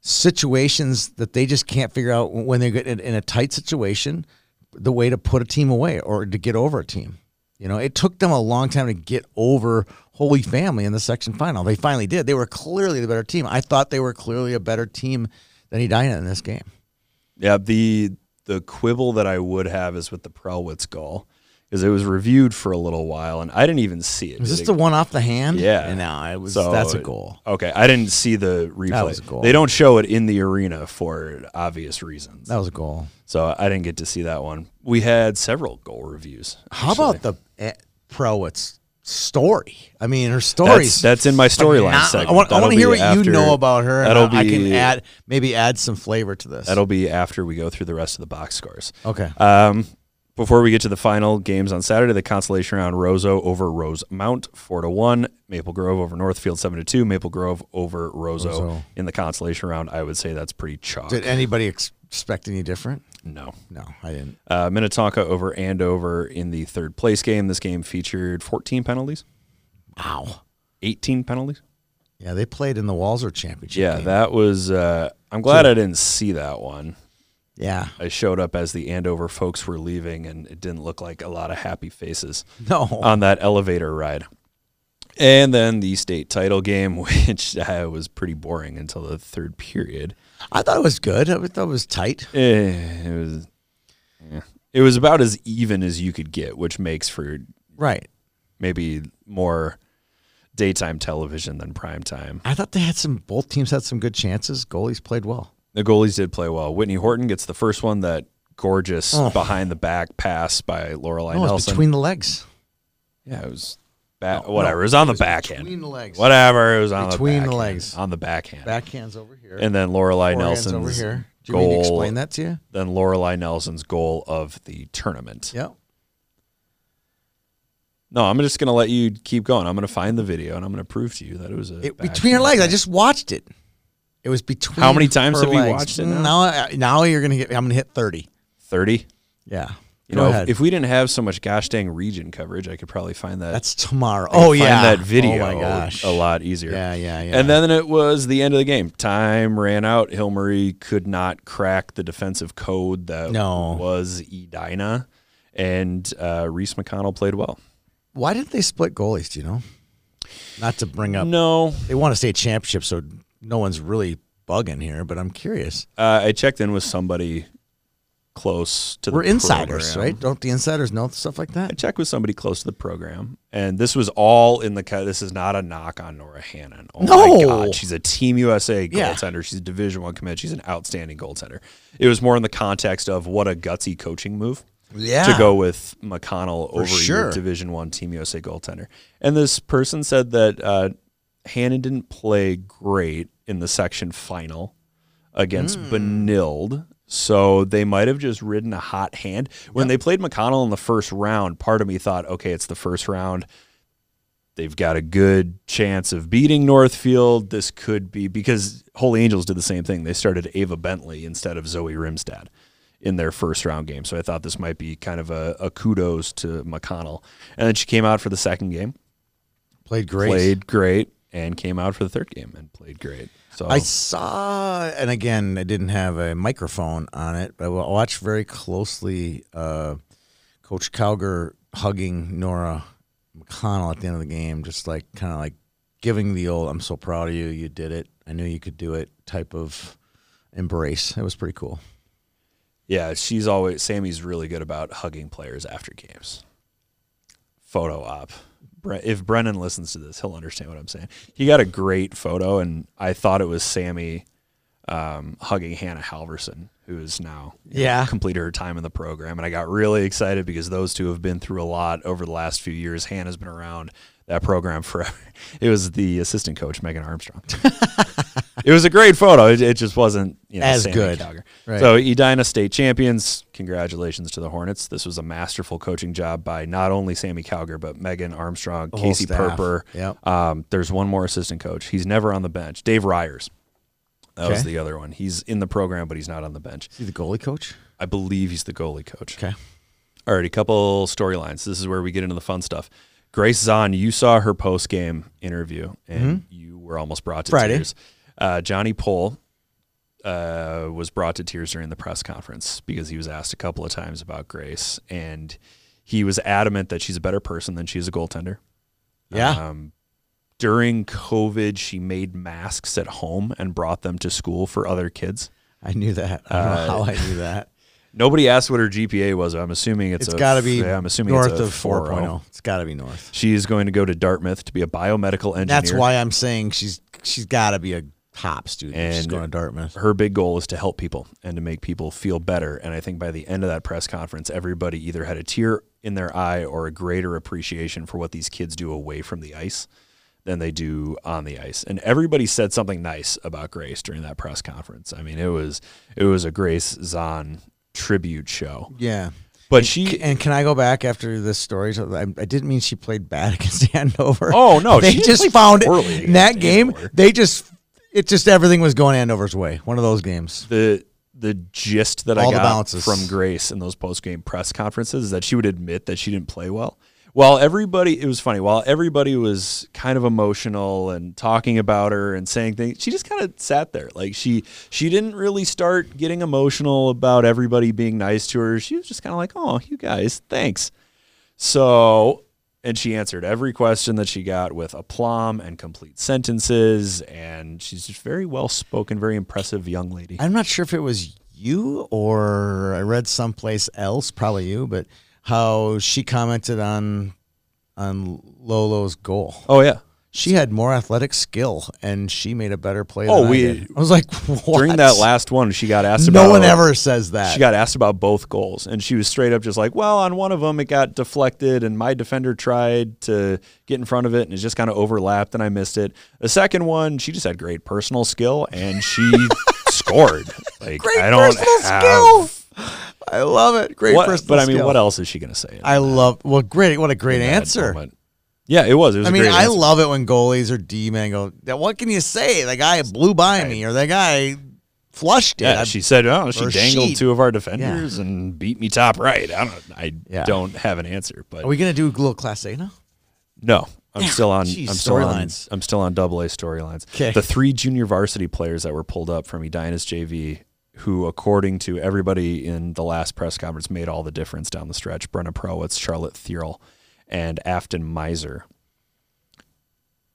Speaker 2: situations that they just can't figure out when they get in, in a tight situation the way to put a team away or to get over a team. You know, it took them a long time to get over Holy Family in the section final. They finally did. They were clearly the better team. I thought they were clearly a better team than Edina in this game.
Speaker 3: Yeah, the the quibble that I would have is with the Prelwitz goal, because it was reviewed for a little while, and I didn't even see it.
Speaker 2: Was
Speaker 3: Did
Speaker 2: this
Speaker 3: it-
Speaker 2: the one off the hand?
Speaker 3: Yeah.
Speaker 2: No, it was.
Speaker 3: So
Speaker 2: that's a
Speaker 3: it-
Speaker 2: goal.
Speaker 3: Okay, I didn't see the replay.
Speaker 2: was a goal.
Speaker 3: They don't show it in the arena for obvious reasons.
Speaker 2: That was a goal.
Speaker 3: So I didn't get to see that one. We had several goal reviews.
Speaker 2: How about the eh, Prowitz story? I mean, her
Speaker 3: That's,
Speaker 2: stories.
Speaker 3: that's in my storyline
Speaker 2: Nah,
Speaker 3: segment.
Speaker 2: I want, I
Speaker 3: That'll
Speaker 2: want to hear what
Speaker 3: be
Speaker 2: you
Speaker 3: after-
Speaker 2: know about her. And
Speaker 3: That'll
Speaker 2: I, I can
Speaker 3: be-
Speaker 2: add maybe add some flavor to this.
Speaker 3: That'll be after we go through the rest of the box scores.
Speaker 2: okay.
Speaker 3: Um, before we get to the final games on Saturday, the consolation round: Roseau over Rosemount, four to one. Maple Grove over Northfield, seven to two. Maple Grove over Roseau,
Speaker 2: Roseau.
Speaker 3: in the consolation round. I would say that's pretty chalk.
Speaker 2: Did anybody ex- expect any different?
Speaker 3: no.
Speaker 2: No, I didn't.
Speaker 3: Uh, Minnetonka over Andover in the third place game. This game featured 14 penalties,
Speaker 2: Wow.
Speaker 3: 18 penalties.
Speaker 2: Yeah, they played in the Walzer Championship.
Speaker 3: Yeah,
Speaker 2: game.
Speaker 3: that was. Uh, I'm glad I didn't see that one.
Speaker 2: yeah.
Speaker 3: I showed up as the Andover folks were leaving, and it didn't look like a lot of happy faces
Speaker 2: No.
Speaker 3: on that elevator ride. And then the state title game, (laughs) which uh, was pretty boring until the third period.
Speaker 2: I thought it was good. I thought it was tight.
Speaker 3: Eh, It was, eh. it was about as even as you could get, which makes for
Speaker 2: Right.
Speaker 3: maybe more daytime television than prime time.
Speaker 2: I thought they had some. Both teams had some good chances. Goalies played well.
Speaker 3: The goalies did play well. Whitney Horton gets the first one that gorgeous
Speaker 2: Oh.
Speaker 3: behind the back pass by Lorelei
Speaker 2: No, Oh, it's
Speaker 3: Nelson.
Speaker 2: between the legs.
Speaker 3: yeah, it was ba- whatever. it was on the back end.
Speaker 2: between the legs.
Speaker 3: Whatever. It was on
Speaker 2: Between the
Speaker 3: the back
Speaker 2: legs.
Speaker 3: Hand, on the backhand.
Speaker 2: Backhands over here.
Speaker 3: and then Lorelei
Speaker 2: forehands
Speaker 3: Nelson's
Speaker 2: over here. Do you
Speaker 3: goal.
Speaker 2: mean to explain that to you?
Speaker 3: Then Lorelei Nelson's goal of the tournament.
Speaker 2: Yep.
Speaker 3: No, I'm just gonna let you keep going. I'm gonna find the video and I'm gonna prove to you that it was a
Speaker 2: It,
Speaker 3: back-
Speaker 2: between her legs. I just watched it. It was between.
Speaker 3: How many times
Speaker 2: her
Speaker 3: have you
Speaker 2: legs.
Speaker 3: watched it
Speaker 2: Mm,
Speaker 3: now?
Speaker 2: Now, I- now you're gonna hit. I'm gonna hit thirty.
Speaker 3: thirty.
Speaker 2: Yeah.
Speaker 3: You
Speaker 2: Go
Speaker 3: know,
Speaker 2: ahead.
Speaker 3: if, if we didn't have so much gosh dang region coverage, I could probably find that.
Speaker 2: that's tomorrow.
Speaker 3: I could
Speaker 2: Oh
Speaker 3: find
Speaker 2: yeah.
Speaker 3: that video.
Speaker 2: Oh my gosh.
Speaker 3: a lot easier.
Speaker 2: Yeah, yeah, yeah.
Speaker 3: And then it was the end of the game. Time ran out. Hillmary could not crack the defensive code that
Speaker 2: No.
Speaker 3: was Edina, and uh, Reese McConnell played well.
Speaker 2: Why didn't they split goalies? Do you know? Not to bring up.
Speaker 3: No,
Speaker 2: They want to state championship, so no one's really bugging here. But I'm curious.
Speaker 3: uh, I checked in with somebody close to the
Speaker 2: We're insiders,
Speaker 3: program.
Speaker 2: right? Don't the insiders know stuff like
Speaker 3: I
Speaker 2: that?
Speaker 3: checked with somebody close to the program, and this was all in the cut. This is not a knock on Nora Hannon. Oh my
Speaker 2: No.
Speaker 3: God, she's a Team USA
Speaker 2: Yeah.
Speaker 3: goaltender. She's a Division One commit. She's an outstanding goaltender. It was more in the context of what a gutsy coaching move.
Speaker 2: Yeah.
Speaker 3: to go with McConnell over your
Speaker 2: sure.
Speaker 3: Division One Team USA goaltender. And this person said that uh, Hannon didn't play great in the section final against
Speaker 2: Hmm.
Speaker 3: Benilde. So they might have just ridden a hot hand. When they played McConnell in the first round, part of me thought, okay, it's the first round. They've got a good chance of beating Northfield. This could be because Holy Angels did the same thing. They started Ava Bentley instead of Zoe Rimstad in their first round game. So I thought this might be kind of a, a kudos to McConnell. And then she came out for the second game,
Speaker 2: Played great.
Speaker 3: played great, and came out for the third game and played great. So
Speaker 2: I saw, and again, I didn't have a microphone on it, but I wa- watched very closely uh, Coach Calger hugging Nora McConnell at the end of the game, just like kind of like giving the old "I'm so proud of you, you did it, I knew you could do it" type of embrace. It was pretty cool.
Speaker 3: yeah, she's always Sammy's really good about hugging players after games. Photo op. Bre- If Brennan listens to this, he'll understand what I'm saying. He got a great photo, and I thought it was Sammy um, hugging Hannah Halverson, who is now
Speaker 2: Yeah,
Speaker 3: completed her time in the program. And I got really excited because those two have been through a lot over the last few years. Hannah's been around that program forever. (laughs) It was the assistant coach, Megan
Speaker 2: (laughs)
Speaker 3: Armstrong. it was a great photo. It, it just wasn't you know,
Speaker 2: As
Speaker 3: Sammy
Speaker 2: good.
Speaker 3: Calgar.
Speaker 2: Right.
Speaker 3: So, Edina State Champions, congratulations to the Hornets. This was a masterful coaching job by not only Sammy Calgar, but Megan Armstrong,
Speaker 2: whole
Speaker 3: Casey
Speaker 2: staff.
Speaker 3: Perper.
Speaker 2: Yep.
Speaker 3: Um, there's one more assistant coach. He's never on the bench. Dave Ryers. That was
Speaker 2: Okay.
Speaker 3: the other one. He's in the program, but he's not on the bench.
Speaker 2: see the goalie coach.
Speaker 3: I believe he's the goalie coach.
Speaker 2: Okay.
Speaker 3: All right, a couple storylines. This is where we get into the fun stuff. Grace Zahn, you saw her post game interview, and you were almost brought to
Speaker 2: Mm-hmm. Friday.
Speaker 3: tears. Uh, Johnny Pohl uh, was brought to tears during the press conference because he was asked a couple of times about Grace, and he was adamant that she's a better person than she's a goaltender.
Speaker 2: Yeah,
Speaker 3: Um, during COVID, she made masks at home and brought them to school for other kids.
Speaker 2: I knew that. I don't
Speaker 3: uh,
Speaker 2: know how I knew that.
Speaker 3: Nobody asked what her GPA was. I'm assuming (laughs) it's,
Speaker 2: It's
Speaker 3: a-
Speaker 2: got to be
Speaker 3: Yeah, I'm assuming
Speaker 2: north
Speaker 3: it's a oh.
Speaker 2: of oh. 4.0.
Speaker 3: 4.0.
Speaker 2: It's got to be north.
Speaker 3: She is going to go to Dartmouth to be a biomedical engineer.
Speaker 2: That's why I'm saying she's she's got to be a top student. if she's
Speaker 3: And-
Speaker 2: going to Dartmouth.
Speaker 3: her big goal is to help people and to make people feel better. And I think by the end of that press conference, everybody either had a tear in their eye or a greater appreciation for what these kids do away from the ice than they do on the ice. And everybody said something nice about Grace during that press conference. I mean, it was it was a Grace Zahn tribute show.
Speaker 2: Yeah.
Speaker 3: But she
Speaker 2: And can I go back after this story? So I, I didn't mean she played bad (laughs) against Andover.
Speaker 3: Oh, no,
Speaker 2: they
Speaker 3: she
Speaker 2: just
Speaker 3: played
Speaker 2: found
Speaker 3: poorly
Speaker 2: it in that
Speaker 3: against
Speaker 2: game.
Speaker 3: Andover.
Speaker 2: They just it just everything was going Andover's way. One of those games.
Speaker 3: the the gist that
Speaker 2: All
Speaker 3: I
Speaker 2: the
Speaker 3: got
Speaker 2: bounces.
Speaker 3: from Grace in those post game press conferences is that she would admit that she didn't play well. While everybody, it was funny. While everybody was kind of emotional and talking about her and saying things, she just kind of sat there. Like she, she didn't really start getting emotional about everybody being nice to her. She was just kind of like, "Oh, you guys, thanks." So, and she answered every question that she got with aplomb and complete sentences. And she's just very well spoken, very impressive young lady.
Speaker 2: I'm not sure if it was you or I read someplace else, probably you, but how she commented on on Lolo's goal.
Speaker 3: Oh yeah.
Speaker 2: She had more athletic skill and she made a better play.
Speaker 3: Oh,
Speaker 2: than I
Speaker 3: we-
Speaker 2: did. I, was like, (laughs) what?
Speaker 3: During that last one, she got asked about.
Speaker 2: no one ever says that.
Speaker 3: She got asked about both goals, and she was straight up just like, "Well, on one of them, it got deflected, and my defender tried to get in front of it, and it just kind of overlapped, and I missed it. The second one, she just had great personal skill,
Speaker 2: (laughs)
Speaker 3: and she scored. Like,
Speaker 2: Great
Speaker 3: I don't
Speaker 2: personal
Speaker 3: have-
Speaker 2: skill. I love it. Great
Speaker 3: What-
Speaker 2: personal
Speaker 3: but I mean,
Speaker 2: skill.
Speaker 3: what else is she going to say? in
Speaker 2: I love. Well, great. What a great
Speaker 3: that
Speaker 2: answer.
Speaker 3: moment? Yeah, it was. It was.
Speaker 2: I
Speaker 3: a
Speaker 2: mean,
Speaker 3: great
Speaker 2: I
Speaker 3: answer.
Speaker 2: love it when goalies or D men go. "Now, What can you say? The guy blew by me, or that guy flushed it.
Speaker 3: Yeah,
Speaker 2: I-
Speaker 3: she said, "Oh, she
Speaker 2: or
Speaker 3: dangled
Speaker 2: she-
Speaker 3: two of our defenders and beat me top right." I don't. I
Speaker 2: Yeah.
Speaker 3: don't have an answer, but
Speaker 2: Are we gonna do a little class A now?
Speaker 3: No, I'm still on.
Speaker 2: Jeez,
Speaker 3: I'm still on.
Speaker 2: storylines.
Speaker 3: I'm still on Double A storylines.
Speaker 2: 'Kay.
Speaker 3: The three junior varsity players that were pulled up from Edina's JV, who, according to everybody in the last press conference, made all the difference down the stretch. Brenna Prowitz, Charlotte Thierl, and Afton Miser.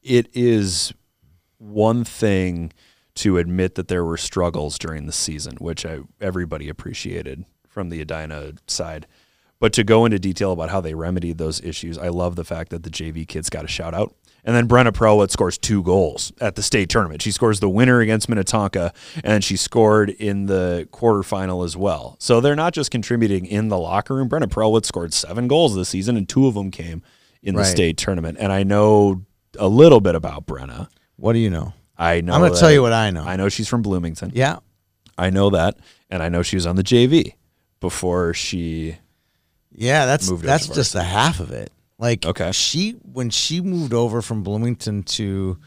Speaker 3: It is one thing to admit that there were struggles during the season, which I, everybody appreciated from the Edina side. But to go into detail about how they remedied those issues, I love the fact that the JV kids got a shout out. And then Brenna Prowett scores two goals at the state tournament. She scores the winner against Minnetonka, and she scored in the quarterfinal as well. So they're not just contributing in the locker room. Brenna Prowett scored seven goals this season, and two of them came in
Speaker 2: Right.
Speaker 3: the state tournament. And I know a little bit about Brenna.
Speaker 2: What do you know?
Speaker 3: I know.
Speaker 2: I'm gonna
Speaker 3: that-
Speaker 2: tell you what I know.
Speaker 3: I know she's from Bloomington.
Speaker 2: yeah,
Speaker 3: I know that, and I know she was on the JV before she.
Speaker 2: yeah. That's
Speaker 3: Moved over
Speaker 2: that's
Speaker 3: to
Speaker 2: just the half of it. Like,
Speaker 3: Okay.
Speaker 2: she when she moved over from Bloomington to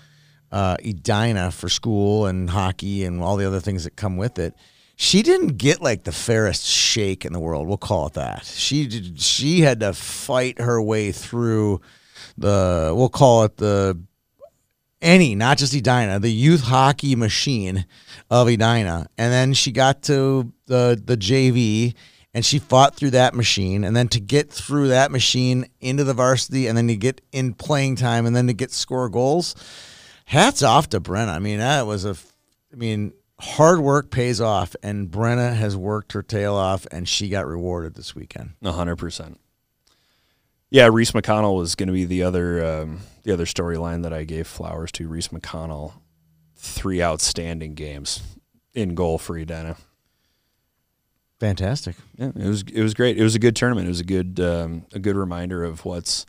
Speaker 2: uh, Edina for school and hockey and all the other things that come with it. She didn't get like the fairest shake in the world. We'll call it that. She did, she had to fight her way through the we'll call it the any, not just Edina, the youth hockey machine of Edina. And then she got to the the JV and she fought through that machine and then to get through that machine into the varsity and then to get in playing time and then to get score goals. Hats off to Brenna. I mean, that was a f- I mean, hard work pays off and Brenna has worked her tail off and she got rewarded this weekend.
Speaker 3: hundred percent. Yeah, Reese McConnell was going to be the other um, the other storyline that I gave flowers to. Reese McConnell, three outstanding games in goal for Edina.
Speaker 2: Fantastic.
Speaker 3: Yeah, it was it was great. It was a good tournament. It was a good um, a good reminder of what's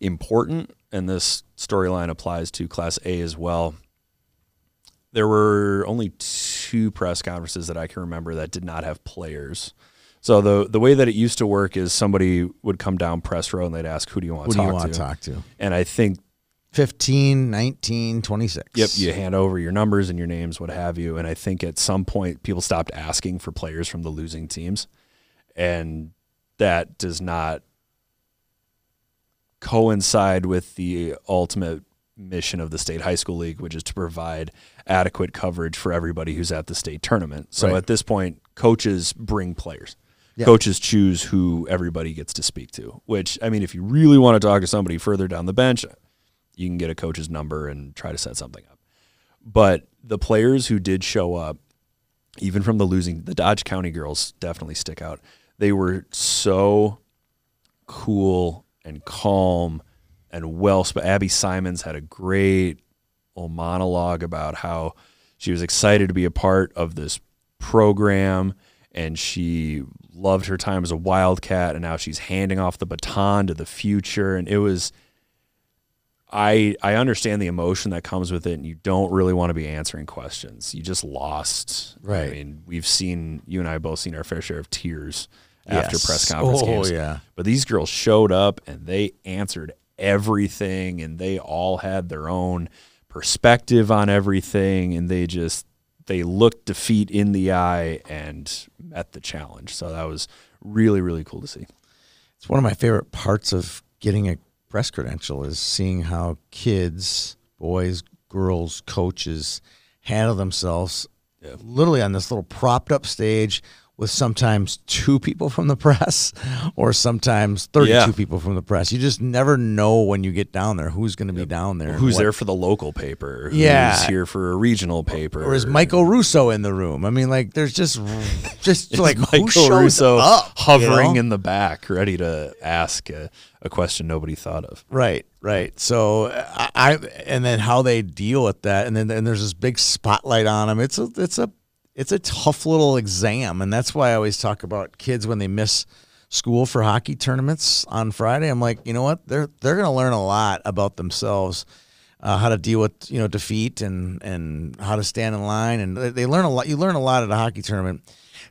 Speaker 3: important, and this storyline applies to Class A as well. There were only two press conferences that I can remember that did not have players. So the the way that it used to work is somebody would come down press row and they'd ask, "Who do you want
Speaker 2: Who
Speaker 3: to
Speaker 2: do
Speaker 3: talk
Speaker 2: you want
Speaker 3: to?"
Speaker 2: to talk to?
Speaker 3: And I think
Speaker 2: 15, 19, 26.
Speaker 3: Yep, you hand over your numbers and your names, what have you. And I think at some point people stopped asking for players from the losing teams. And that does not coincide with the ultimate mission of the state high school league, which is to provide adequate coverage for everybody who's at the state tournament. So
Speaker 2: Right.
Speaker 3: at this point, coaches bring players.
Speaker 2: Yeah.
Speaker 3: Coaches choose who everybody gets to speak to, which I mean, if you really want to talk to somebody further down the bench, you can get a coach's number and try to set something up. But the players who did show up, even from the losing, the Dodge County girls definitely stick out. They were so cool and calm and well. But Abby Simons had a great little monologue about how she was excited to be a part of this program and she loved her time as a wildcat and now she's handing off the baton to the future and it was I I understand the emotion that comes with it and you don't really want to be answering questions. You just lost. I
Speaker 2: Right.
Speaker 3: mean, we've seen you and I both seen our fair share of tears after
Speaker 2: Yes.
Speaker 3: press conference
Speaker 2: Oh,
Speaker 3: games.
Speaker 2: yeah.
Speaker 3: But these girls showed up and they answered everything and they all had their own perspective on everything and they just they looked defeat in the eye and met the challenge. So that was really really cool to see.
Speaker 2: It's one of my favorite parts of getting a press credential is seeing how kids, boys, girls, coaches handle themselves literally on this little propped up stage with sometimes two people from the press (laughs) or sometimes 32
Speaker 3: Yeah.
Speaker 2: people from the press. You just never know when you get down there who's going to be down there. and
Speaker 3: Who's
Speaker 2: what-
Speaker 3: there for the local paper? Who's
Speaker 2: Yeah.
Speaker 3: here for a regional paper?
Speaker 2: Or is Michael Russo in the room? I mean, like, there's just, (laughs) just
Speaker 3: Is
Speaker 2: like who
Speaker 3: Michael
Speaker 2: shows
Speaker 3: Russo
Speaker 2: up, you
Speaker 3: hovering
Speaker 2: know?
Speaker 3: in the back, ready to ask a, a question nobody thought of?
Speaker 2: Right, right. So I, I and then how they deal with that, and then and there's this big spotlight on them. It's a it's a it's a tough little exam, and that's why I always talk about kids when they miss school for hockey tournaments on Friday. I'm like, you know what? They're they're gonna learn a lot about themselves, uh, how to deal with you know defeat and and how to stand in line, and they- they learn a lot. You learn a lot at a hockey tournament.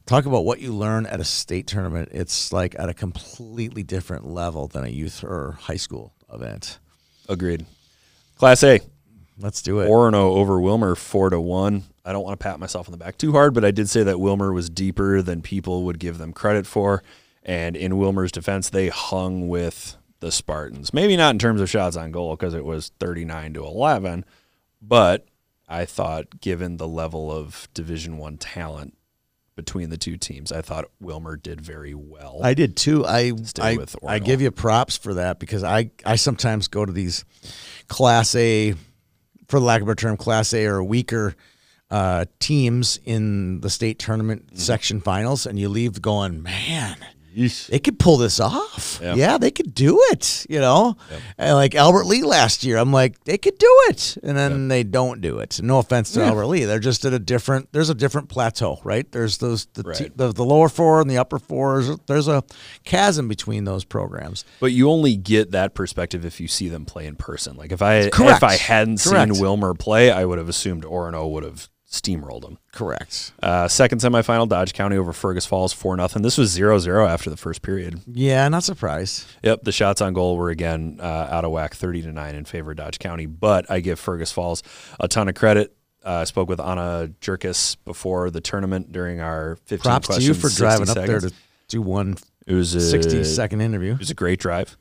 Speaker 2: Talk about what you learn at a state tournament. It's like at a completely different level than a youth or high school event.
Speaker 3: Agreed. Class A,
Speaker 2: Let's do it.
Speaker 3: Orono over Wilmer, four to one. I don't want to pat myself on the back too hard, but I did say that Wilmer was deeper than people would give them credit for. And in Wilmer's defense, they hung with the Spartans. Maybe not in terms of shots on goal because it was 39 to 11, but I thought given the level of Division 1 talent between the two teams, I thought Wilmer did very well.
Speaker 2: I did too. I
Speaker 3: Stay
Speaker 2: I,
Speaker 3: with
Speaker 2: I
Speaker 3: Orno.
Speaker 2: give you props for that because I I sometimes go to these class A, for lack of a better term, class A or weaker uh, teams in the state
Speaker 3: Mm-hmm.
Speaker 2: tournament section finals, and you leave going, man, they could pull this off.
Speaker 3: Yeah.
Speaker 2: Yeah, they could do it. You know, and like Albert Lee last year, I'm like, they could do it, and then they don't do it. No offense to Albert Lee, they're just at a different. There's a different plateau, right? There's those the, te-
Speaker 3: Right.
Speaker 2: the, the lower four and the upper four. There's a, there's a chasm between those programs.
Speaker 3: But you only get that perspective if you see them play in person. Like if I
Speaker 2: Correct.
Speaker 3: if I hadn't
Speaker 2: Correct.
Speaker 3: seen Wilmer play, I would have assumed Orono would have steamrolled him.
Speaker 2: Correct.
Speaker 3: Uh, second semifinal, Dodge County over Fergus Falls, four nothing. This was 0-0 after the first period.
Speaker 2: Yeah, not surprised.
Speaker 3: Yep, the shots on goal were again uh, out of whack, thirty to nine in favor of Dodge County. But I give Fergus Falls a ton of credit. Uh, I spoke with Anna Jerkis before the tournament during our fifteen
Speaker 2: Props to
Speaker 3: questions,
Speaker 2: you for
Speaker 3: 60
Speaker 2: driving up there
Speaker 3: seconds.
Speaker 2: to do one
Speaker 3: it was a
Speaker 2: 60 second interview.
Speaker 3: It was a great drive.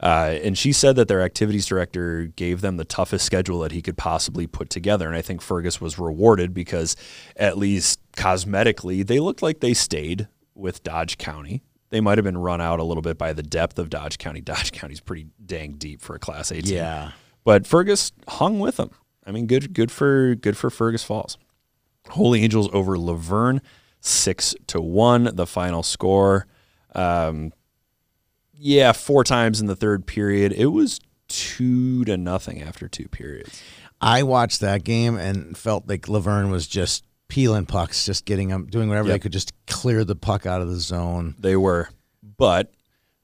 Speaker 3: Uh, and she said that their activities director gave them the toughest schedule that he could possibly put together. And I think Fergus was rewarded because, at least cosmetically, they looked like they stayed with Dodge County. They might have been run out a little bit by the depth of Dodge County. (laughs) Dodge County's pretty dang deep for a Class A team.
Speaker 2: Yeah.
Speaker 3: But Fergus hung with them. I mean, good, good for good for Fergus Falls. Holy Angels over Laverne, six to one. The final score. Um, yeah, four times in the third period. It was two to nothing after two periods.
Speaker 2: I watched that game and felt like Laverne was just peeling pucks, just getting them, doing whatever they
Speaker 3: Yep.
Speaker 2: could, just clear the puck out of the zone.
Speaker 3: They were, but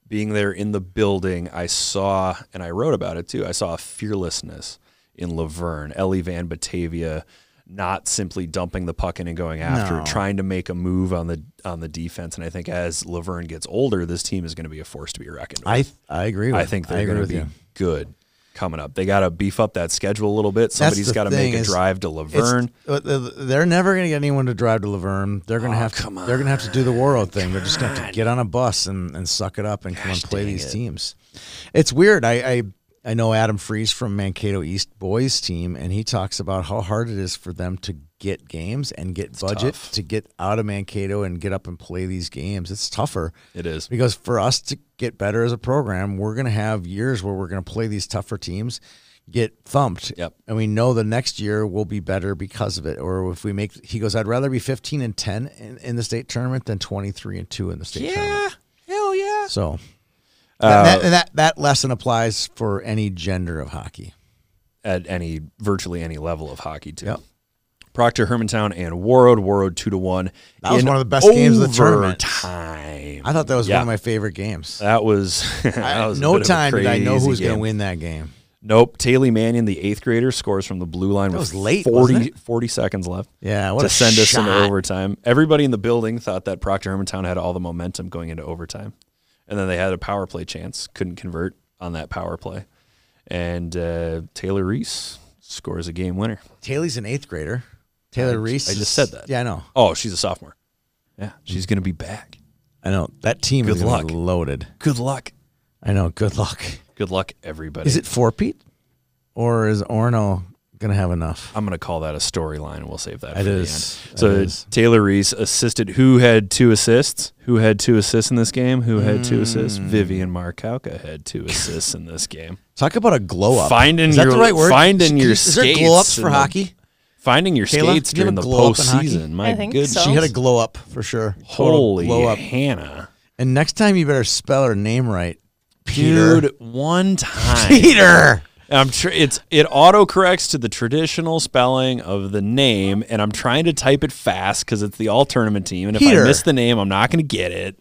Speaker 3: being there in the building, I saw and I wrote about it too. I saw a fearlessness in Laverne, Ellie Van Batavia, not simply dumping the puck in and going after,
Speaker 2: No.
Speaker 3: trying to make a move on the on the defense. And I think as Laverne gets older, this team is going to be a force to be reckoned with.
Speaker 2: I I agree. With,
Speaker 3: I think they're
Speaker 2: agree
Speaker 3: going to
Speaker 2: with
Speaker 3: be
Speaker 2: you.
Speaker 3: good coming up. They got to beef up that schedule a little bit. Somebody's
Speaker 2: the
Speaker 3: got to make
Speaker 2: thing
Speaker 3: a
Speaker 2: is,
Speaker 3: drive to
Speaker 2: It's-
Speaker 3: Laverne.
Speaker 2: uh, th- they're never going to get anyone to drive to Laverne. They're going to have to.
Speaker 3: Oh, come
Speaker 2: They're going to have to do the Waro thing. They're just going to have to get on a bus and, and suck it up and come and play these teams. It's weird. I, I I know Adam Freeze from Mankato East boys team, and he talks about how hard it is for them to get games and get budget
Speaker 3: tough.
Speaker 2: to get out of Mankato and get up and play these games. It's tougher.
Speaker 3: It is.
Speaker 2: Because for us to get better as a program, we're going to have years where we're going to play these tougher teams, get thumped.
Speaker 3: Yep.
Speaker 2: And we know the next year will be better because of it. Or if we make, he goes, I'd rather be 15 and 10 in, in the state tournament than 23 and 2 in the state tournament.
Speaker 3: Hell yeah.
Speaker 2: So
Speaker 3: Uh,
Speaker 2: that, that, that, that lesson applies for any gender of hockey.
Speaker 3: At any virtually any level of hockey too.
Speaker 2: Yep.
Speaker 3: Proctor, Hermantown, and Warroad. Warroad two to one.
Speaker 2: That was
Speaker 3: in
Speaker 2: one of the best games of the tournament.
Speaker 3: overtime.
Speaker 2: I thought that was
Speaker 3: Yeah.
Speaker 2: one of my favorite games.
Speaker 3: That was, (laughs) that
Speaker 2: I,
Speaker 3: was a
Speaker 2: no
Speaker 3: bit of a
Speaker 2: time did I know who
Speaker 3: crazy
Speaker 2: was going
Speaker 3: game.
Speaker 2: to win that game.
Speaker 3: Nope. Taylor Mannion, the eighth grader, scores from the blue line
Speaker 2: That was
Speaker 3: with
Speaker 2: late,
Speaker 3: 40,
Speaker 2: wasn't
Speaker 3: 40 seconds left
Speaker 2: Yeah, what
Speaker 3: to
Speaker 2: a
Speaker 3: send us into
Speaker 2: shot.
Speaker 3: overtime. Everybody in the building thought that Proctor Hermantown had all the momentum going into overtime. And then they had a power play chance, couldn't convert on that power play. And uh, Taylor Reese scores a game winner.
Speaker 2: Taylor's an eighth grader. Taylor Reese.
Speaker 3: I just
Speaker 2: is-
Speaker 3: said that.
Speaker 2: Yeah, I know.
Speaker 3: Oh, she's a sophomore. Yeah, she's going to be back.
Speaker 2: I know that team
Speaker 3: Good
Speaker 2: is gonna be
Speaker 3: luck.
Speaker 2: loaded.
Speaker 3: Good luck.
Speaker 2: I know. Good luck.
Speaker 3: Good luck, everybody.
Speaker 2: Is it four Pete, or is Orno gonna have enough?
Speaker 3: I'm going to call that a storyline, and we'll save that.
Speaker 2: It
Speaker 3: for
Speaker 2: is.
Speaker 3: The end.
Speaker 2: It
Speaker 3: So
Speaker 2: is.
Speaker 3: Taylor Reese assisted. Who had two assists? Who had two assists in this game? Who had two assists?
Speaker 2: Mm.
Speaker 3: Vivian Markauka had two assists in this game.
Speaker 2: Talk about a glow up.
Speaker 3: Finding
Speaker 2: is that
Speaker 3: your-
Speaker 2: the right word?
Speaker 3: finding your
Speaker 2: is there glow ups
Speaker 3: skates
Speaker 2: for
Speaker 3: and the-
Speaker 2: hockey?
Speaker 3: Finding your
Speaker 2: Kayla,
Speaker 3: skates
Speaker 2: did you have
Speaker 3: during
Speaker 2: a
Speaker 3: the
Speaker 2: glow up in hockey?
Speaker 3: postseason. My
Speaker 1: I think
Speaker 3: goodness.
Speaker 1: so.
Speaker 2: She had a glow up for sure. Total
Speaker 3: Holy
Speaker 2: glow up.
Speaker 3: Hannah.
Speaker 2: And next time you better spell her name right, Peter.
Speaker 3: Dude,
Speaker 2: (laughs)
Speaker 3: one time.
Speaker 2: Peter.
Speaker 3: I'm tr- it's it autocorrects to the traditional spelling of the name, and I'm trying to type it fast because it's the all tournament team. And if I
Speaker 2: Peter.
Speaker 3: miss the name, I'm not going to get it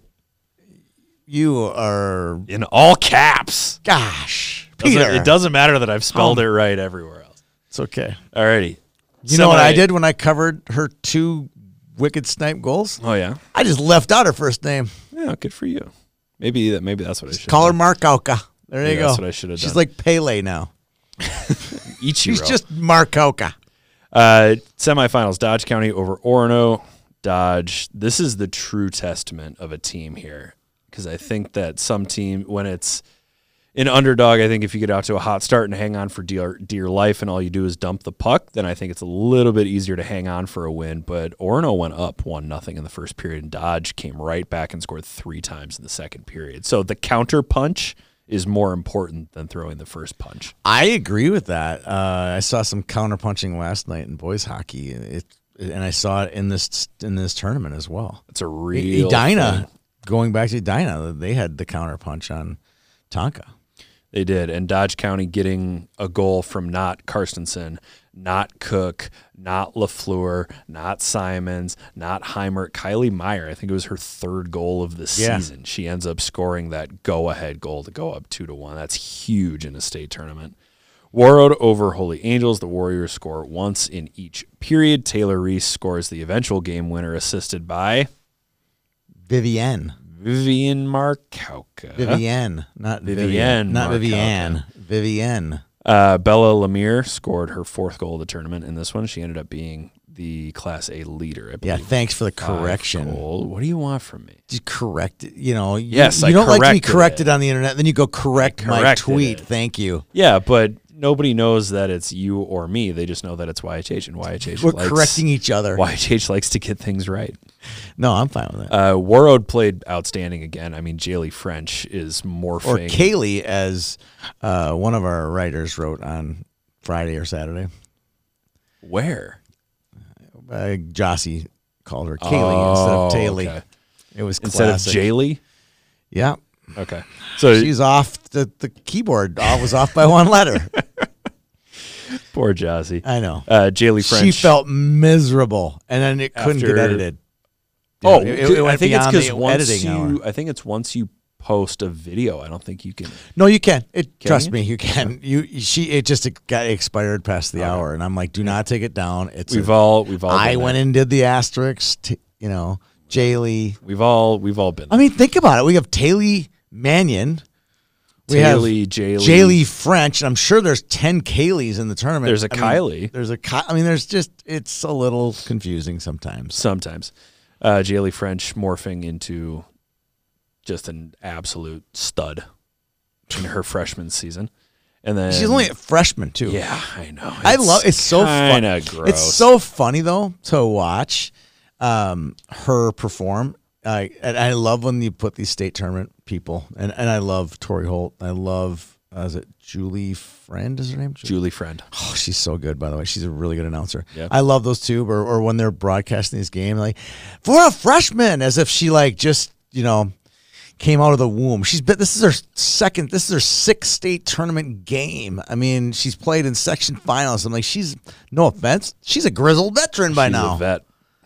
Speaker 2: You are.
Speaker 3: in all caps.
Speaker 2: Gosh,
Speaker 3: Doesn't-
Speaker 2: Peter.
Speaker 3: It doesn't matter that I've spelled it right everywhere else.
Speaker 2: It's okay.
Speaker 3: Alrighty.
Speaker 2: You know what I
Speaker 3: Semi-
Speaker 2: did when I covered her two wicked snipe goals?
Speaker 3: Oh yeah.
Speaker 2: I just left out her first name.
Speaker 3: Yeah, good for you. Maybe that maybe that's what I should
Speaker 2: Call her Markauka. There you
Speaker 3: Yeah,
Speaker 2: go.
Speaker 3: that's what I should have
Speaker 2: She's
Speaker 3: done.
Speaker 2: like Pele now.
Speaker 3: Ichiro.
Speaker 2: She's just Markauka.
Speaker 3: uh semifinals, Dodge County over Orono. Dodge. This is the true testament of a team here. Because I think that some team when it's an underdog, I think if you get out to a hot start and hang on for dear, dear life and all you do is dump the puck, then I think it's a little bit easier to hang on for a win. But Orono went up 1 nothing in the first period, and Dodge came right back and scored three times in the second period. So the counter punch is more important than throwing the first punch.
Speaker 2: I agree with that. Uh, I saw some counterpunching last night in boys hockey. It, and I saw it in this in this tournament as well.
Speaker 3: It's a
Speaker 2: E-
Speaker 3: real.
Speaker 2: Edina,
Speaker 3: thing.
Speaker 2: going back to Edina, they had the counterpunch on Tonka.
Speaker 3: They did. And Dodge County getting a goal from not Karstensen, not Cook, not LaFleur, not Simons, not Heimer. Kylie Meyer, I think it was her third goal of the
Speaker 2: Yeah.
Speaker 3: season. She ends up scoring that go ahead goal to go up two to one. That's huge in a state tournament. Warroad over Holy Angels. The Warriors score once in each period. Taylor Reese scores the eventual game winner, assisted by
Speaker 2: Vivienne.
Speaker 3: Vivian Markauka.
Speaker 2: Vivienne, not Vivienne.
Speaker 3: Vivienne
Speaker 2: Not
Speaker 3: Markauka.
Speaker 2: Vivienne. Vivienne.
Speaker 3: Uh, Bella Lemire scored her fourth goal of the tournament in this one. She ended up being the Class A leader. I
Speaker 2: Yeah,
Speaker 3: believe.
Speaker 2: thanks for the
Speaker 3: Five
Speaker 2: correction.
Speaker 3: goal. What do you want from me?
Speaker 2: to correct it. You know, you-
Speaker 3: Yes,
Speaker 2: you
Speaker 3: I
Speaker 2: don't like to be
Speaker 3: corrected
Speaker 2: corrected
Speaker 3: it.
Speaker 2: on the internet. Then you go correct my
Speaker 3: corrected
Speaker 2: tweet.
Speaker 3: it.
Speaker 2: Thank you.
Speaker 3: Yeah, but nobody knows that it's you or me. They just know that it's YHH and YHH.
Speaker 2: We're
Speaker 3: likes,
Speaker 2: correcting each other.
Speaker 3: YHH likes to get things right.
Speaker 2: No, I'm fine with that.
Speaker 3: Uh, Warroad played outstanding again. I mean, Jaylee French is morphing.
Speaker 2: or Kaylee, as uh, one of our writers wrote on Friday or Saturday.
Speaker 3: Where?
Speaker 2: Uh, Jossie called her Kaylee instead of
Speaker 3: Oh,
Speaker 2: Taylor.
Speaker 3: okay.
Speaker 2: It was
Speaker 3: Instead
Speaker 2: classic.
Speaker 3: of Jaylee?
Speaker 2: Yeah,
Speaker 3: Okay. So
Speaker 2: she's off. The, the keyboard off- was off by one
Speaker 3: (laughs)
Speaker 2: letter.
Speaker 3: poor Jossie.
Speaker 2: I know.
Speaker 3: Uh, Jaylee French.
Speaker 2: She felt miserable, and then it couldn't
Speaker 3: After-
Speaker 2: get edited.
Speaker 3: Oh,
Speaker 2: it- it
Speaker 3: dude, I
Speaker 2: went
Speaker 3: think it's
Speaker 2: beyond the
Speaker 3: because once
Speaker 2: editing
Speaker 3: you, I think it's once you post a video, I don't think you can.
Speaker 2: No, you can. It,
Speaker 3: Can
Speaker 2: trust
Speaker 3: you?
Speaker 2: me, you can. You she it just got expired past the hour, and I'm like, do not take it down. It's
Speaker 3: We've
Speaker 2: a-
Speaker 3: all, we've all.
Speaker 2: I
Speaker 3: been
Speaker 2: went
Speaker 3: there.
Speaker 2: and did the asterisks. T- you know, Jaylee.
Speaker 3: We've all, we've all been.
Speaker 2: I mean, think about it. We have Taylor Mannion. We have
Speaker 3: Taylor, Jaylee.
Speaker 2: Jaylee French. and I'm sure there's ten Kaylees in the tournament.
Speaker 3: There's a
Speaker 2: I mean,
Speaker 3: Kylie.
Speaker 2: there's a Ky- I mean, there's just it's a little confusing sometimes.
Speaker 3: sometimes. Uh, Jaylee French morphing into just an absolute stud in her freshman season, and then
Speaker 2: She's only a freshman too.
Speaker 3: Yeah, I know.
Speaker 2: I love it's so
Speaker 3: kind
Speaker 2: funny.
Speaker 3: of gross.
Speaker 2: It's so funny though to watch um, her perform. I and I love when you put these state tournament people and, and I love Tori Holt. I love uh, is it Julie Friend? Is her name? Ju-
Speaker 3: Julie Friend.
Speaker 2: Oh, she's so good, by the way. She's a really good announcer.
Speaker 3: Yeah.
Speaker 2: I love those two, or, or when they're broadcasting these games, like for a freshman, as if she like just you know came out of the womb. She's been this is her second, this is her sixth state tournament game. I mean, she's played in section finals. I'm like, she's no offense, she's a grizzled veteran by
Speaker 3: She's
Speaker 2: now.
Speaker 3: a vet.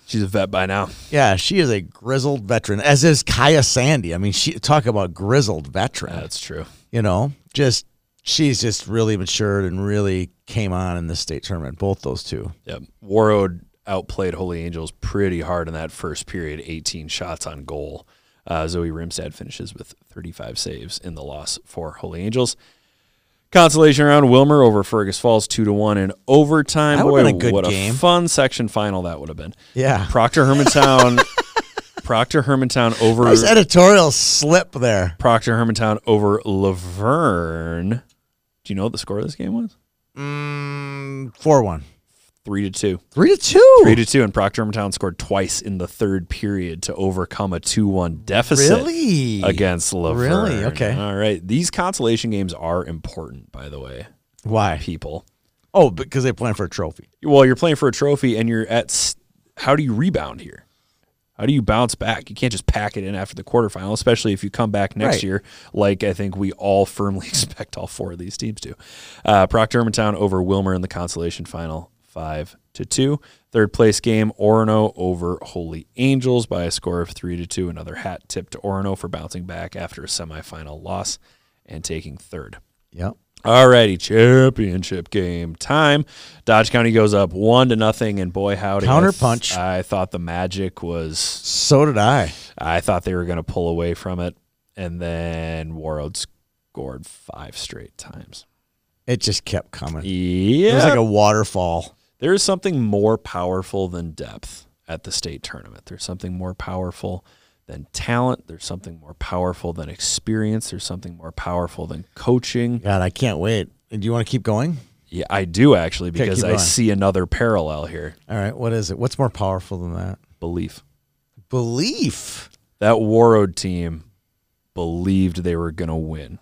Speaker 3: She's a vet by now.
Speaker 2: Yeah, she is a grizzled veteran, as is Kaya Sandy. I mean, she talk about grizzled veteran
Speaker 3: That's true.
Speaker 2: you know, just she's just really matured and really came on in the state tournament. Both those two.
Speaker 3: Yep. Warroad outplayed Holy Angels pretty hard in that first period, 18 shots on goal. Uh, Zoe Rimstad finishes with 35 saves in the loss for Holy Angels. Consolation round, Wilmer over Fergus Falls, two to one in overtime.
Speaker 2: That
Speaker 3: Boy,
Speaker 2: would've been a good
Speaker 3: what
Speaker 2: game.
Speaker 3: a fun section final that would have been.
Speaker 2: Yeah. (laughs)
Speaker 3: Proctor Hermantown, Proctor Hermantown over
Speaker 2: Nice editorial slip there.
Speaker 3: Proctor Hermantown over Laverne. Do you know what the score of this game was?
Speaker 2: Mm, Four one.
Speaker 3: Three to two.
Speaker 2: Three to two.
Speaker 3: Three to two, and Proctor Hermantown scored twice in the third period to overcome a two-one deficit
Speaker 2: Really?
Speaker 3: against Laverne.
Speaker 2: Really? Okay.
Speaker 3: All right. These consolation games are important, by the way,
Speaker 2: Why?
Speaker 3: people.
Speaker 2: Oh, because they playing for a trophy.
Speaker 3: Well, you're playing for a trophy, and you're at. s- How do you rebound here? How do you bounce back? You can't just pack it in after the quarterfinal, especially if you come back next
Speaker 2: Right.
Speaker 3: year, like I think we all firmly (laughs) expect all four of these teams to. Uh, Proctor Hermantown over Wilmer in the consolation final, five to two. Third place game, Orono over Holy Angels by a score of three to two. Another hat tip to Orono for bouncing back after a semifinal loss and taking third.
Speaker 2: Yep.
Speaker 3: Alrighty, championship game time. Dodge County goes up one to nothing, and boy howdy, I th-
Speaker 2: Counterpunch.
Speaker 3: I thought the magic was.
Speaker 2: So did I.
Speaker 3: I thought they were going to pull away from it, and then Warroad scored five straight times.
Speaker 2: It just kept coming.
Speaker 3: Yeah,
Speaker 2: It was like a waterfall.
Speaker 3: there is something more powerful than depth at the state tournament. There's something more powerful than talent. There's something more powerful than experience. There's something more powerful than coaching.
Speaker 2: God, I can't wait. Do you want to keep going?
Speaker 3: Yeah, I do actually
Speaker 2: Okay,
Speaker 3: because
Speaker 2: keep
Speaker 3: I
Speaker 2: going.
Speaker 3: see another parallel here.
Speaker 2: All right. What is it? What's more powerful than that?
Speaker 3: Belief.
Speaker 2: Belief.
Speaker 3: that Warroad team believed they were going to win.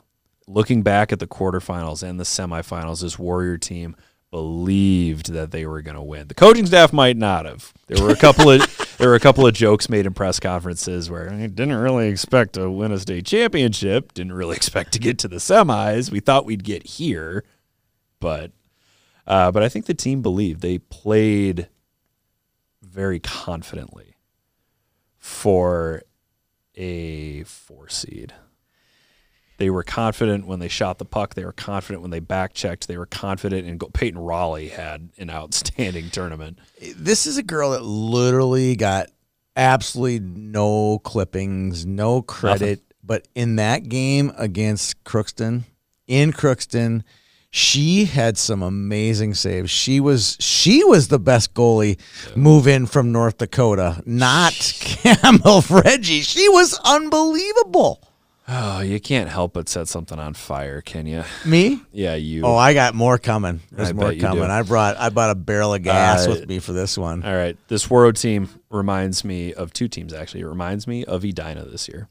Speaker 3: Looking back at the quarterfinals and the semifinals, this Warrior team believed that they were going to win. The coaching staff might not have. There were a couple of (laughs) there were a couple of jokes made in press conferences where I didn't really expect to win a state championship, didn't really (laughs) expect to get to the semis. We thought we'd get here, but uh, but I think the team believed they played very confidently for a four seed. They were confident when they shot the puck. They were confident when they back checked. They were confident in goal. Peyton Raleigh had an (laughs) outstanding tournament.
Speaker 2: this is a girl that literally got absolutely no clippings, no credit. But in that game against Crookston, in Crookston, she had some amazing saves. She was she was the best goalie move in from North Dakota, not (laughs) Camel Reggie. She was unbelievable.
Speaker 3: Oh, you can't help but set something on fire, can you? (laughs)
Speaker 2: Me?
Speaker 3: Yeah, you.
Speaker 2: Oh, I got more coming. There's
Speaker 3: I
Speaker 2: more
Speaker 3: bet you do.
Speaker 2: coming. I brought I brought a barrel of gas
Speaker 3: Uh,
Speaker 2: with me for this one.
Speaker 3: All right. This Waro team reminds me of two teams, actually. It reminds me of Edina this year.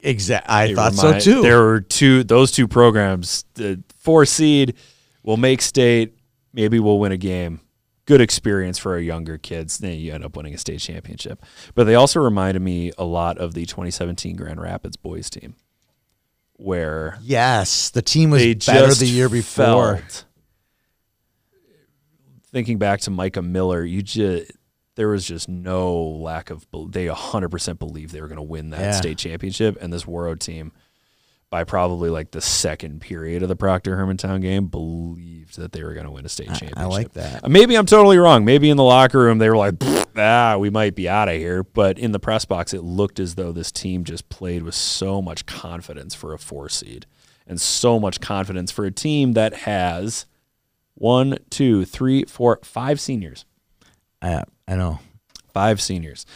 Speaker 2: Exact. I
Speaker 3: It
Speaker 2: thought
Speaker 3: remind-
Speaker 2: so too.
Speaker 3: There were two, those two programs, the four seed will make state. Maybe we'll win a game. Good experience for our younger kids. Then you end up winning a state championship. But they also reminded me a lot of the 2017 Grand Rapids boys team, where
Speaker 2: Yes, the team was
Speaker 3: they
Speaker 2: better
Speaker 3: just
Speaker 2: the year before.
Speaker 3: felt- Thinking back to Micah Miller, you just there was just no lack of bel- they 100% believed they were going to win that
Speaker 2: Yeah.
Speaker 3: state championship and this Warroad team by probably like the second period of the Proctor Hermantown game believed that they were going to win a state championship.
Speaker 2: I like that.
Speaker 3: Uh, Maybe I'm totally wrong. Maybe in the locker room they were like, "Pfft, ah, we might be out of here. But in the press box, it looked as though this team just played with so much confidence for a four seed and so much confidence for a team that has one, two, three, four, five seniors.
Speaker 2: I, I know.
Speaker 3: Five seniors.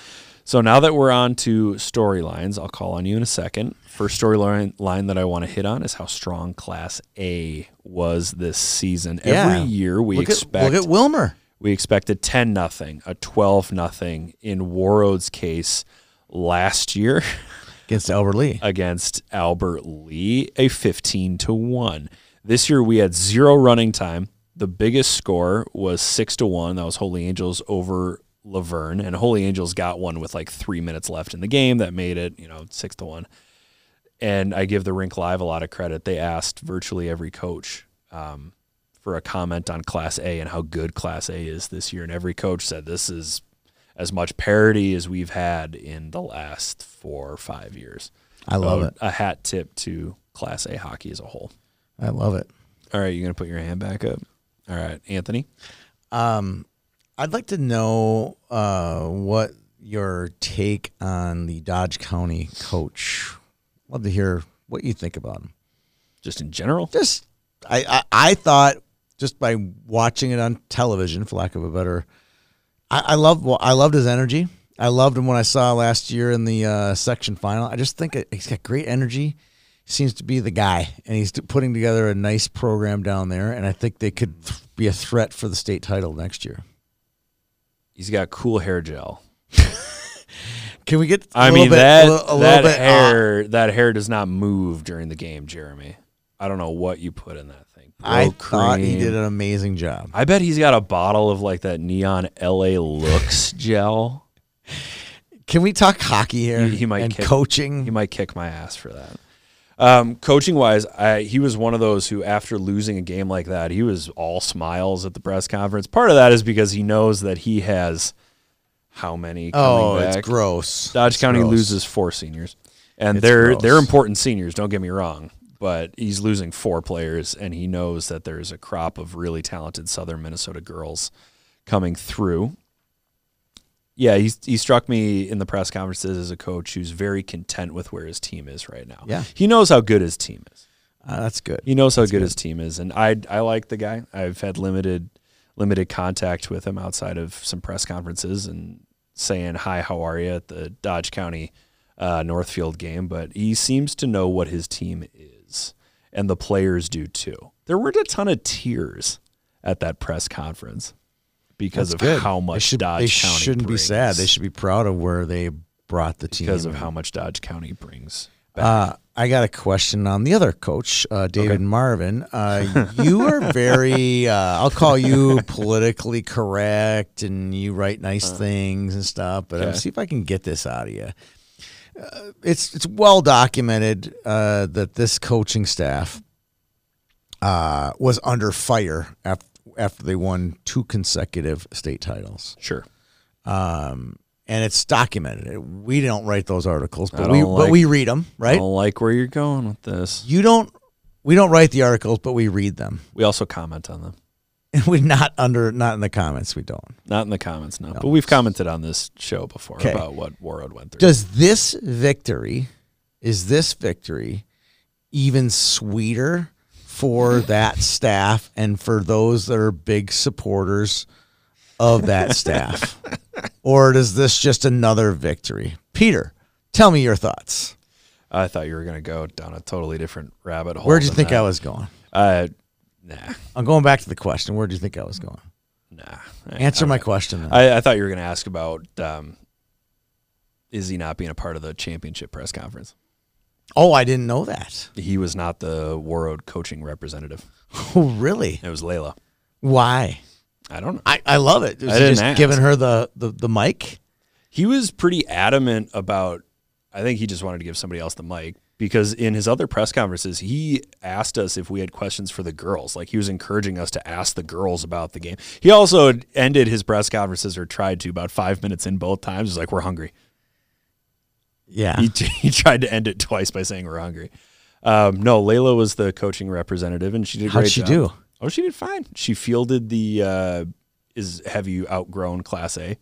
Speaker 3: So now that we're on to storylines, I'll call on you in a second. First storyline line that I want to hit on is how strong Class A was this season.
Speaker 2: Yeah.
Speaker 3: Every year we
Speaker 2: look
Speaker 3: expect
Speaker 2: At, look at Wilmer.
Speaker 3: we expect a 10 nothing, a 12 nothing in Warroad's case last year (laughs)
Speaker 2: against Albert Lee.
Speaker 3: against Albert Lee, a 15 to 1. This year we had zero running time. The biggest score was six to one. That was Holy Angels over Laverne, and Holy Angels got one with like three minutes left in the game that made it, you know, six to one. And I give the Rink Live a lot of credit. They asked virtually every coach um, for a comment on Class A and how good Class A is this year, and every coach said this is as much parity as we've had in the last four or five years.
Speaker 2: I love
Speaker 3: So
Speaker 2: it.
Speaker 3: A hat tip to Class A hockey as a whole.
Speaker 2: I love it.
Speaker 3: All right, you're gonna put your hand back up. All right, Anthony.
Speaker 2: Um, I'd like to know uh, what your take on the Dodge County coach. Love to hear what you think about him.
Speaker 3: Just in general,
Speaker 2: Just, I, I, I thought just by watching it on television, for lack of a better, I, I love. Well, I loved his energy. I loved him when I saw last year in the uh, section final. I just think it, he's got great energy. Seems to be the guy, and he's putting together a nice program down there. And I think they could th- be a threat for the state title next year.
Speaker 3: he's got cool hair gel.
Speaker 2: Can we get? I
Speaker 3: I mean that
Speaker 2: a little, a
Speaker 3: that
Speaker 2: little bit, uh,
Speaker 3: hair oh, that hair does not move during the game, Jeremy. I don't know what you put in that thing.
Speaker 2: I
Speaker 3: Pro
Speaker 2: thought he
Speaker 3: cream.
Speaker 2: did an amazing job.
Speaker 3: I bet he's got a bottle of like that neon LA looks gel.
Speaker 2: Can we talk hockey here?
Speaker 3: He- he might
Speaker 2: and
Speaker 3: kick-
Speaker 2: coaching.
Speaker 3: He might kick my ass for that. Um, coaching wise, I, he was one of those who, after losing a game like that, he was all smiles at the press conference. Part of that is because he knows that he has how many? Coming
Speaker 2: oh,
Speaker 3: back?
Speaker 2: it's gross.
Speaker 3: Dodge
Speaker 2: It's
Speaker 3: County
Speaker 2: gross.
Speaker 3: loses four seniors, and
Speaker 2: It's
Speaker 3: they're
Speaker 2: gross.
Speaker 3: they're important seniors. Don't get me wrong, but he's losing four players, and he knows that there's a crop of really talented Southern Minnesota girls coming through. Yeah, he's, he struck me in the press conferences as a coach who's very content with where his team is right now.
Speaker 2: Yeah.
Speaker 3: he knows how good his team is.
Speaker 2: Uh, that's good.
Speaker 3: He knows how good, his team is, and I I like the guy. I've had limited limited contact with him outside of some press conferences and saying hi, how are you at the Dodge County uh, Northfield game. But he seems to know what his team is, and the players do too. There weren't a ton of tears at that press conference because
Speaker 2: That's
Speaker 3: of
Speaker 2: good.
Speaker 3: how
Speaker 2: they
Speaker 3: much
Speaker 2: should,
Speaker 3: Dodge
Speaker 2: they
Speaker 3: County
Speaker 2: shouldn't
Speaker 3: brings
Speaker 2: be sad. They should be proud of where they brought the team
Speaker 3: because of how much Dodge County brings. Back.
Speaker 2: Uh, I got a question on the other coach, uh, David Marvin.
Speaker 3: (laughs)
Speaker 2: Uh, you are very, uh, I'll call you politically correct and you write nice
Speaker 3: Uh-huh.
Speaker 2: things and stuff, but I'll
Speaker 3: okay.
Speaker 2: see if I can get this out of you. Uh, it's, it's well documented uh, that this coaching staff uh, was under fire after, after they won two consecutive state titles
Speaker 3: sure,
Speaker 2: and it's documented. We don't write those articles,
Speaker 3: I
Speaker 2: but we
Speaker 3: don't
Speaker 2: but
Speaker 3: like-
Speaker 2: we read them,
Speaker 3: I
Speaker 2: right?
Speaker 3: don't like where you're going with this.
Speaker 2: You don't. We don't write the articles, but we read them, (laughs)
Speaker 3: We also comment on them.
Speaker 2: and we not under not in the comments. We don't.
Speaker 3: Not in the comments, no. But we've commented on this show before
Speaker 2: 'Kay.
Speaker 3: about what Warroad went through.
Speaker 2: Does this victory, is this victory, even sweeter
Speaker 3: (laughs)
Speaker 2: for that staff and for those that are big supporters of that
Speaker 3: (laughs)
Speaker 2: staff, or is this just another victory? Peter, tell me your thoughts.
Speaker 3: I thought you were going to go down a totally different rabbit hole.
Speaker 2: Where'd you
Speaker 3: than
Speaker 2: think
Speaker 3: that.
Speaker 2: I was going?
Speaker 3: Uh, nah,
Speaker 2: I'm going back to the question. Where do you think I was going?
Speaker 3: nah.
Speaker 2: Answer
Speaker 3: I,
Speaker 2: my question. Then.
Speaker 3: I, I thought you were going to ask about um, is he not being a part of the championship press conference?
Speaker 2: oh, I didn't know that. (laughs)
Speaker 3: He was not the Warroad coaching representative.
Speaker 2: Oh, really?
Speaker 3: It was Layla.
Speaker 2: Why?
Speaker 3: I don't know.
Speaker 2: I, I love it. Was
Speaker 3: I
Speaker 2: he
Speaker 3: didn't
Speaker 2: just
Speaker 3: ask.
Speaker 2: giving her the, the, the mic.
Speaker 3: He was pretty adamant about. I think he just wanted to give somebody else the mic because in his other press conferences, he asked us if we had questions for the girls. Like he was encouraging us to ask the girls about the game. He also ended his press conferences or tried to about five minutes in both times. He's like, "We're hungry."
Speaker 2: Yeah.
Speaker 3: He, (laughs) he tried to end it twice by saying, "We're hungry." Um, no, Layla was the coaching representative, and she did. a
Speaker 2: How'd
Speaker 3: great
Speaker 2: she
Speaker 3: job.
Speaker 2: do?
Speaker 3: Oh, she did fine. She fielded the uh, is have you outgrown Class A,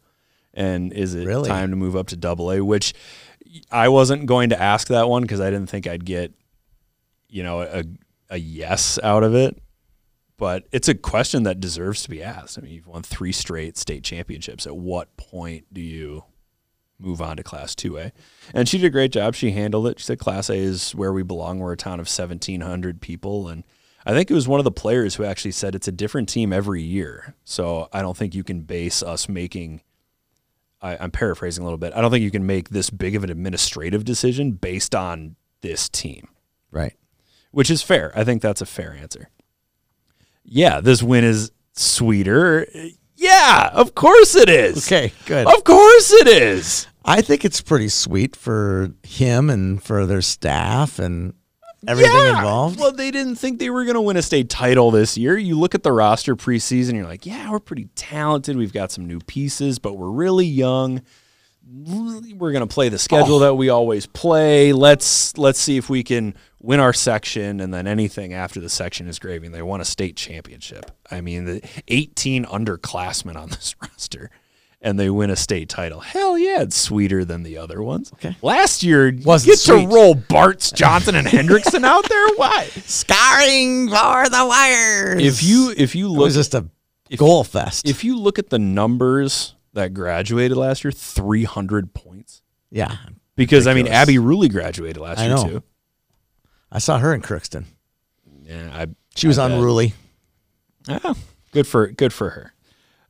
Speaker 3: and is it
Speaker 2: Really?
Speaker 3: time to move up to Double A? Which I wasn't going to ask that one because I didn't think I'd get you know a a yes out of it. But it's a question that deserves to be asked. I mean, you've won three straight state championships. At what point do you move on to Class 2A. And she did a great job. She handled it. She said Class A is where we belong. We're a town of 1,700 people. And I think it was one of the players who actually said it's a different team every year. So I don't think you can base us making. I, I'm paraphrasing a little bit. I don't think you can make this big of an administrative decision based on this team
Speaker 2: Right.
Speaker 3: which is fair. I think that's a fair answer. Yeah, this win is sweeter. Yeah, of course it
Speaker 2: (laughs)
Speaker 3: is.
Speaker 2: Okay, good.
Speaker 3: Of course it is.
Speaker 2: I think it's pretty sweet for him and for their staff and everything
Speaker 3: Yeah.
Speaker 2: involved.
Speaker 3: Well, they didn't think they were going to win a state title this year. You look at the roster preseason, you're like, yeah, we're pretty talented. We've got some new pieces, but we're really young. We're going to play the schedule
Speaker 2: Oh.
Speaker 3: that we always play. Let's let's see if we can win our section, and then anything after the section is gravy. And they won a state championship. I mean, the 18 underclassmen on (laughs) this roster. And they win a state title. Hell yeah, it's sweeter than the other ones. Okay. Last year, you
Speaker 2: Wasn't
Speaker 3: get
Speaker 2: sweet.
Speaker 3: to roll Bartz, Johnson, and Hendrickson out there.
Speaker 2: (laughs)
Speaker 3: Why?
Speaker 2: Scarring for the wires.
Speaker 3: if you if you
Speaker 2: it was
Speaker 3: look
Speaker 2: just a goal fest.
Speaker 3: if you look at the numbers that graduated last year, three hundred points.
Speaker 2: yeah,
Speaker 3: Because I mean, Abby Ruley graduated last
Speaker 2: I
Speaker 3: year
Speaker 2: know.
Speaker 3: too.
Speaker 2: I saw her in Crookston.
Speaker 3: Yeah, I,
Speaker 2: She was
Speaker 3: I bet.
Speaker 2: unruly.
Speaker 3: Oh, good for good for her.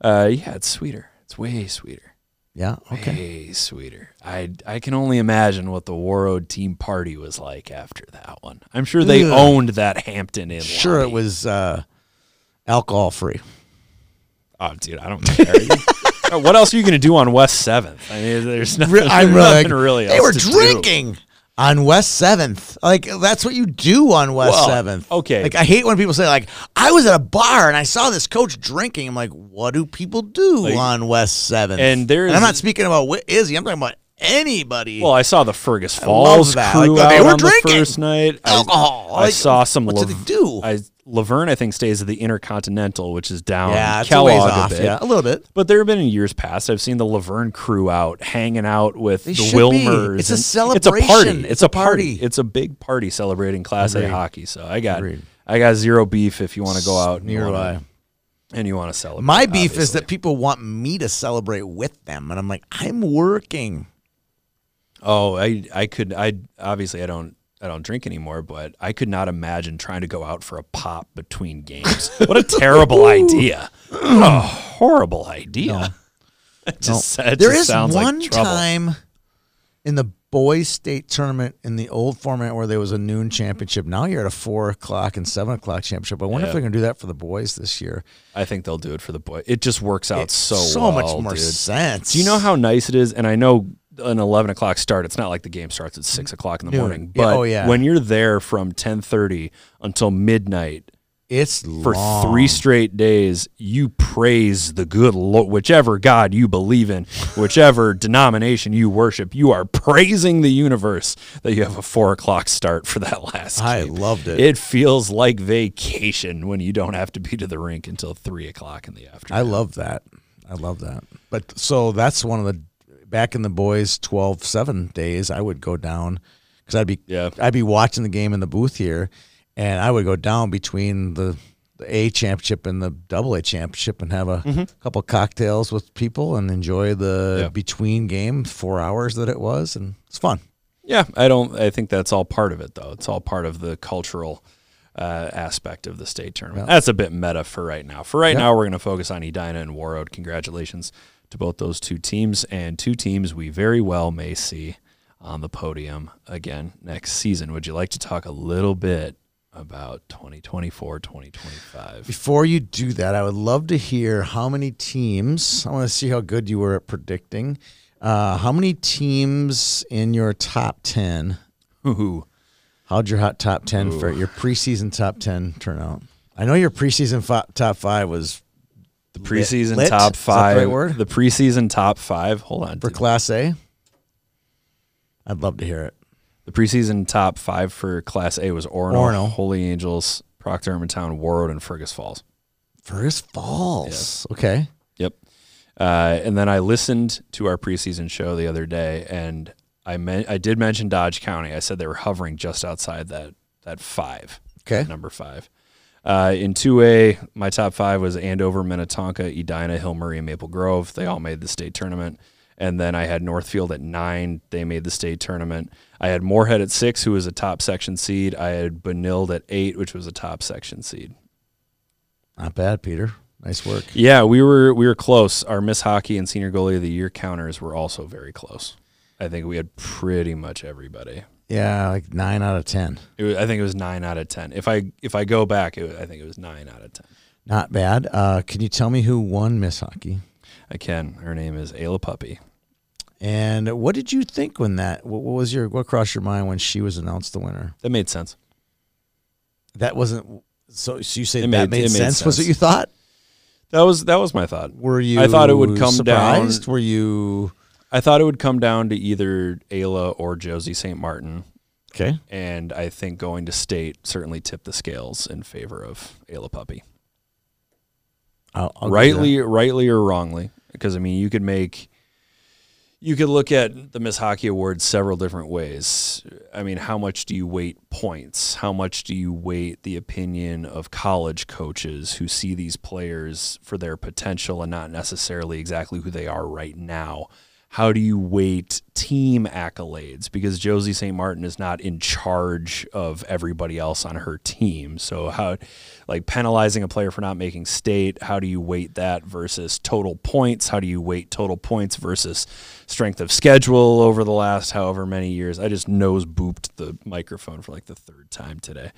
Speaker 3: Uh, yeah, it's sweeter. It's way sweeter.
Speaker 2: Yeah. Okay.
Speaker 3: Way sweeter. I I can only imagine what the Warroad team party was like after that one. I'm sure they
Speaker 2: Ugh.
Speaker 3: owned that Hampton in.
Speaker 2: Sure, it
Speaker 3: lobby.
Speaker 2: was uh, alcohol free.
Speaker 3: Oh, dude, I don't (laughs) care. Uh, what else are you going to do on West Seventh? I mean, there's (laughs) nothing.
Speaker 2: I'm really,
Speaker 3: nothing
Speaker 2: like,
Speaker 3: really.
Speaker 2: They
Speaker 3: else
Speaker 2: were
Speaker 3: to do.
Speaker 2: drinking on West Seventh. Like that's what you do on West
Speaker 3: Well,
Speaker 2: Seventh.
Speaker 3: okay.
Speaker 2: Like I hate when people say like I was at a bar and I saw this coach drinking. I'm like, what do people do
Speaker 3: Like-
Speaker 2: on West Seventh?
Speaker 3: And there
Speaker 2: I'm
Speaker 3: is-
Speaker 2: not speaking about Wi- Izzy. I'm talking about anybody.
Speaker 3: Well, I saw the Fergus
Speaker 2: love
Speaker 3: Falls
Speaker 2: that.
Speaker 3: crew
Speaker 2: Like, they
Speaker 3: out
Speaker 2: were
Speaker 3: on
Speaker 2: drinking
Speaker 3: the first night. I-
Speaker 2: Alcohol.
Speaker 3: I,
Speaker 2: Like,
Speaker 3: saw some.
Speaker 2: what do
Speaker 3: Lav-
Speaker 2: they do?
Speaker 3: I, Laverne, I think, stays at the Intercontinental, which is down
Speaker 2: yeah, it's a
Speaker 3: Kellogg
Speaker 2: ways off.
Speaker 3: a bit.
Speaker 2: yeah, a little bit.
Speaker 3: But there have been in years past. I've seen the Laverne crew out hanging out with
Speaker 2: They
Speaker 3: the
Speaker 2: should be.
Speaker 3: Wilmers.
Speaker 2: It's a
Speaker 3: and- It's a
Speaker 2: celebration.
Speaker 3: party.
Speaker 2: It's a party.
Speaker 3: It's a big party celebrating Class A hockey. So I got
Speaker 2: Agreed.
Speaker 3: I got zero beef if you want to go out and you
Speaker 2: Neither do
Speaker 3: wanna- and you want to celebrate.
Speaker 2: My beef is
Speaker 3: obviously.
Speaker 2: that people want me to celebrate with them, and I'm like, I'm working.
Speaker 3: Oh, I I could I obviously I don't I don't drink anymore, but I could not imagine trying to go out for a pop
Speaker 2: (laughs)
Speaker 3: between games. What a terrible idea. What a horrible idea. (laughs) It just, it
Speaker 2: There
Speaker 3: just
Speaker 2: is
Speaker 3: sounds like
Speaker 2: one
Speaker 3: trouble.
Speaker 2: time in the boys' state tournament in the old format where there was a noon championship. Now you're at a four o'clock and seven o'clock championship. I wonder if
Speaker 3: Yeah.
Speaker 2: they're going to do that for the boys this year.
Speaker 3: I think they'll do it for the boy. It just works out so
Speaker 2: so
Speaker 3: well,
Speaker 2: much more
Speaker 3: dude.
Speaker 2: sense.
Speaker 3: Do you know how nice it is? And I know an eleven o'clock start. It's not like the game starts at six o'clock in the
Speaker 2: Noon.
Speaker 3: morning.
Speaker 2: Yeah,
Speaker 3: But
Speaker 2: oh, yeah.
Speaker 3: when you're there from ten thirty until midnight,
Speaker 2: it's
Speaker 3: for
Speaker 2: long.
Speaker 3: three straight days, you praise the good Lord, whichever God you believe in, whichever (laughs) denomination you worship, you are praising the universe that you have a four o'clock start for that last
Speaker 2: I
Speaker 3: game.
Speaker 2: loved it.
Speaker 3: It feels like vacation when you don't have to be to the rink until three o'clock in the afternoon.
Speaker 2: I love that. I love that. But so that's one of the back in the boys 12-7 days. I would go down because I'd be
Speaker 3: Yeah.
Speaker 2: I'd be watching the game in the booth here, and I would go down between the, the A championship and the Double A championship and have a couple cocktails with people and enjoy the
Speaker 3: Mm-hmm. Yeah.
Speaker 2: between game four hours that it was, and it's fun.
Speaker 3: Yeah, I don't. I think that's all part of it, though. It's all part of the cultural uh, aspect of the state tournament. That's a bit meta for right now. For right now, we're going to focus on Edina and Warroad. Congratulations to both those two teams, and two teams we very well may see on the podium again next season. Would you like to talk a little bit about 2024, 2025?
Speaker 2: Before you do that, I would love to hear how many teams. I want to see how good you were at predicting. Uh, how many teams in your top ten?
Speaker 3: (laughs) Ooh.
Speaker 2: How'd your hot top ten for your preseason top ten turn out? I know your preseason fi- top five was
Speaker 3: The preseason
Speaker 2: lit?
Speaker 3: top
Speaker 2: Is that
Speaker 3: five.
Speaker 2: the right word?
Speaker 3: The preseason top five. Hold on.
Speaker 2: for
Speaker 3: dude.
Speaker 2: Class A. I'd love to hear it.
Speaker 3: The preseason top five for Class A was Orono,
Speaker 2: Orono.
Speaker 3: Holy Angels, Proctor Hermantown, Warroad, and Fergus Falls.
Speaker 2: Fergus Falls. Okay.
Speaker 3: Yep. Uh, and then I listened to our preseason show the other day, and I men- I did mention Dodge County. I said they were hovering just outside that that five,
Speaker 2: Okay.
Speaker 3: that number five. Uh, in 2A, my top five was Andover, Minnetonka, Edina, Hill, Murray, and Maple Grove. They all made the state tournament. And then I had Northfield at nine. They made the state tournament. I had Moorhead at six, who was a top section seed. I had Benilde at eight, which was a top section seed.
Speaker 2: Not bad, Peter. Nice work.
Speaker 3: Yeah, we were we were close. Our Miss Hockey and Senior Goalie of the Year counters were also very close. I think we had pretty much everybody.
Speaker 2: Yeah, like nine out of ten.
Speaker 3: It was, I think it was nine out of ten. If I if I go back, it was, I think it was nine out of ten.
Speaker 2: Not bad. Uh, can you tell me who won Miss Hockey?
Speaker 3: I can. Her name is Ayla Puppy.
Speaker 2: And what did you think when that? What what was your? What crossed your mind when she was announced the winner?
Speaker 3: That made sense.
Speaker 2: That wasn't. So, so you say
Speaker 3: It
Speaker 2: that
Speaker 3: made-
Speaker 2: made,
Speaker 3: it made
Speaker 2: sense, Was
Speaker 3: sense.
Speaker 2: what you thought?
Speaker 3: That was that was my thought.
Speaker 2: Were you?
Speaker 3: I thought it would come
Speaker 2: surprised?
Speaker 3: down.
Speaker 2: Were you?
Speaker 3: I thought it would come down to either Ayla or Josie St. Martin,
Speaker 2: Okay.
Speaker 3: and I think going to state certainly tipped the scales in favor of Ayla Puppy.
Speaker 2: I'll, I'll give you
Speaker 3: rightly,
Speaker 2: that.
Speaker 3: rightly or wrongly, because I mean, you could make, you could look at the Miss Hockey Awards several different ways. I mean, how much do you weight points? How much do you weight the opinion of college coaches who see these players for their potential and not necessarily exactly who they are right now? How do you weight team accolades? Because Josie St. Martin is not in charge of everybody else on her team. So how, like penalizing a player for not making state, how do you weight that versus total points? How do you weight total points versus strength of schedule over the last however many years? I just nose booped the microphone for like the third time today.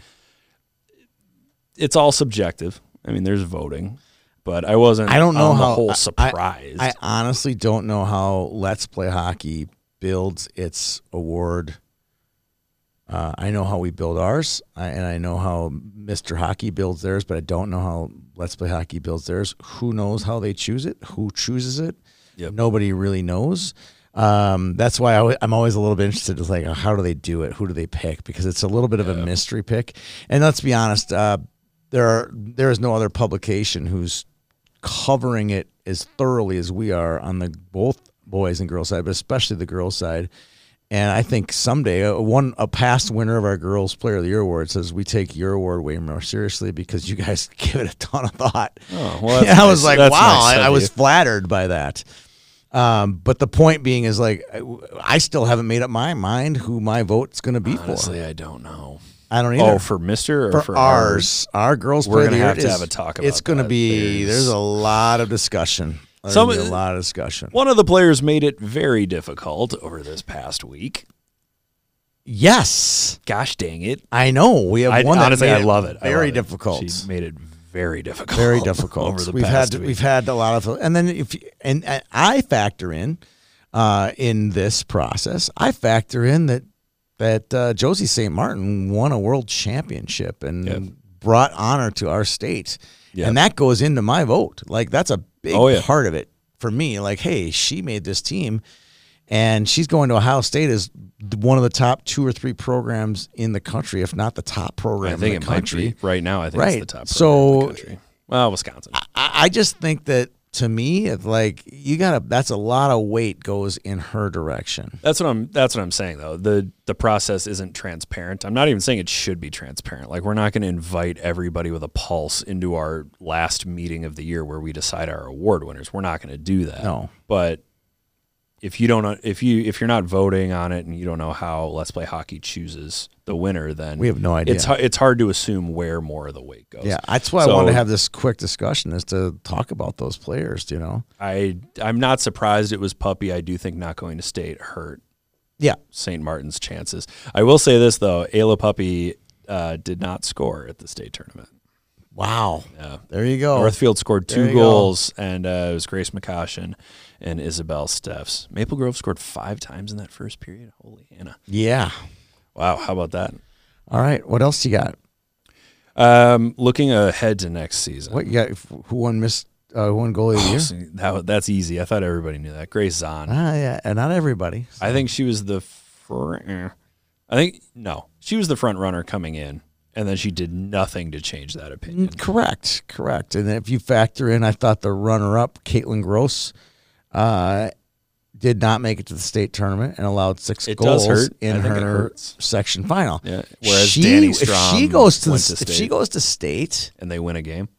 Speaker 3: It's all subjective. I mean, there's voting, but I wasn't.
Speaker 2: I don't know
Speaker 3: on
Speaker 2: how.
Speaker 3: the whole
Speaker 2: I-
Speaker 3: surprise.
Speaker 2: I, I honestly don't know how Let's Play Hockey builds its award. Uh, I know how we build ours, I, and I know how Mr. Hockey builds theirs, but I don't know how Let's Play Hockey builds theirs. Who knows how they choose it? Who chooses it?
Speaker 3: Yep.
Speaker 2: Nobody really knows. Um, that's why I w- I'm always a little bit interested. It's like, how do they do it? Who do they pick? Because it's a little bit of a mystery pick. And let's be honest, uh, there are there is no other publication who's covering it as thoroughly as we are on the both boys and girls side, but especially the girls side. And I think someday, uh, one a past winner of our girls' player of the year award says we take your award way more seriously because you guys (laughs) give it a ton of thought.
Speaker 3: Oh, well,
Speaker 2: (laughs)
Speaker 3: that's
Speaker 2: And I was
Speaker 3: nice.
Speaker 2: like,
Speaker 3: That's
Speaker 2: wow,
Speaker 3: nice
Speaker 2: I, I
Speaker 3: of
Speaker 2: was
Speaker 3: you.
Speaker 2: flattered by that. Um, but the point being is like, I, I still haven't made up my mind who my vote's going to be for.
Speaker 3: Honestly, I don't know.
Speaker 2: I don't either
Speaker 3: Oh, for Mister or for,
Speaker 2: for, ours, our girls
Speaker 3: We're
Speaker 2: play
Speaker 3: gonna
Speaker 2: the
Speaker 3: have
Speaker 2: year
Speaker 3: to
Speaker 2: is-
Speaker 3: have a talk about
Speaker 2: It's going to
Speaker 3: that.
Speaker 2: be
Speaker 3: There's-
Speaker 2: there's, a lot of discussion. There's
Speaker 3: Some-
Speaker 2: gonna be a lot of discussion.
Speaker 3: One of the players made it very difficult over this past week.
Speaker 2: Yes,
Speaker 3: Gosh dang it!
Speaker 2: I know we have
Speaker 3: I,
Speaker 2: one. that
Speaker 3: honestly,
Speaker 2: made
Speaker 3: I love it. I
Speaker 2: Very
Speaker 3: love it.
Speaker 2: difficult.
Speaker 3: She made it very difficult.
Speaker 2: Very difficult.
Speaker 3: (laughs) over the
Speaker 2: we've
Speaker 3: past
Speaker 2: had
Speaker 3: week.
Speaker 2: we've had a lot of, and then if you- and, and I factor in uh, in this process, I factor in that that uh, Josie St. Martin won a world championship and
Speaker 3: Yep.
Speaker 2: brought honor to our state,
Speaker 3: Yep.
Speaker 2: and that goes into my vote. Like that's a big
Speaker 3: Oh, yeah.
Speaker 2: part of it for me. Like, hey, she made this team. And she's going to Ohio State as one of the top two or three programs in the country, if not the top program
Speaker 3: I think
Speaker 2: in the
Speaker 3: it
Speaker 2: country.
Speaker 3: might be right now. I think
Speaker 2: Right.
Speaker 3: it's the top.
Speaker 2: So-
Speaker 3: program in the country. well, Wisconsin.
Speaker 2: I, I just think that to me, it's like you gotta. That's a lot of weight goes in her direction.
Speaker 3: That's what I'm. That's what I'm saying though. the The process isn't transparent. I'm not even saying it should be transparent. Like we're not going to invite everybody with a pulse into our last meeting of the year where we decide our award winners. We're not going to do that.
Speaker 2: No.
Speaker 3: But if you don't, if you if you're not voting on it and you don't know how Let's Play Hockey chooses the winner, then
Speaker 2: We have no idea.
Speaker 3: It's har- it's hard to assume where more of the weight goes.
Speaker 2: Yeah, that's why
Speaker 3: So-
Speaker 2: I wanted to have this quick discussion is to talk about those players. You know.
Speaker 3: I I'm not surprised it was Puppy. I do think not going to state hurt
Speaker 2: Yeah.
Speaker 3: St. Martin's chances. I will say this though, Ayla Puppy uh, did not score at the state tournament.
Speaker 2: Wow.
Speaker 3: Yeah.
Speaker 2: There you go.
Speaker 3: Northfield scored
Speaker 2: Oh. there
Speaker 3: two
Speaker 2: you go.
Speaker 3: goals, and uh, it was Grace McCaution and Isabel Steffs. Maple Grove scored five times in that first period. Holy Hannah!
Speaker 2: Yeah.
Speaker 3: Wow, how about that?
Speaker 2: All right. What else you got?
Speaker 3: Um, looking ahead to next season,
Speaker 2: What you got? Who won Miss? Uh, who won goalie of the year?
Speaker 3: See, that- that's easy. I thought everybody knew that. Grace Zahn.
Speaker 2: Ah, yeah, and not everybody.
Speaker 3: I think she was the. Fr- eh. I think no, she was the front runner coming in, and then she did nothing to change that opinion.
Speaker 2: Mm, Correct, correct. And if you factor in, I thought the runner-up, Caitlin Gross, uh, did not make it to the state tournament and allowed six
Speaker 3: It
Speaker 2: goals
Speaker 3: does hurt. I
Speaker 2: in
Speaker 3: think it
Speaker 2: her
Speaker 3: hurts.
Speaker 2: section final.
Speaker 3: Yeah, whereas
Speaker 2: she,
Speaker 3: Danny
Speaker 2: if she
Speaker 3: Strom
Speaker 2: goes to, the,
Speaker 3: went to
Speaker 2: s- if she
Speaker 3: state.
Speaker 2: goes to state
Speaker 3: and they win a game.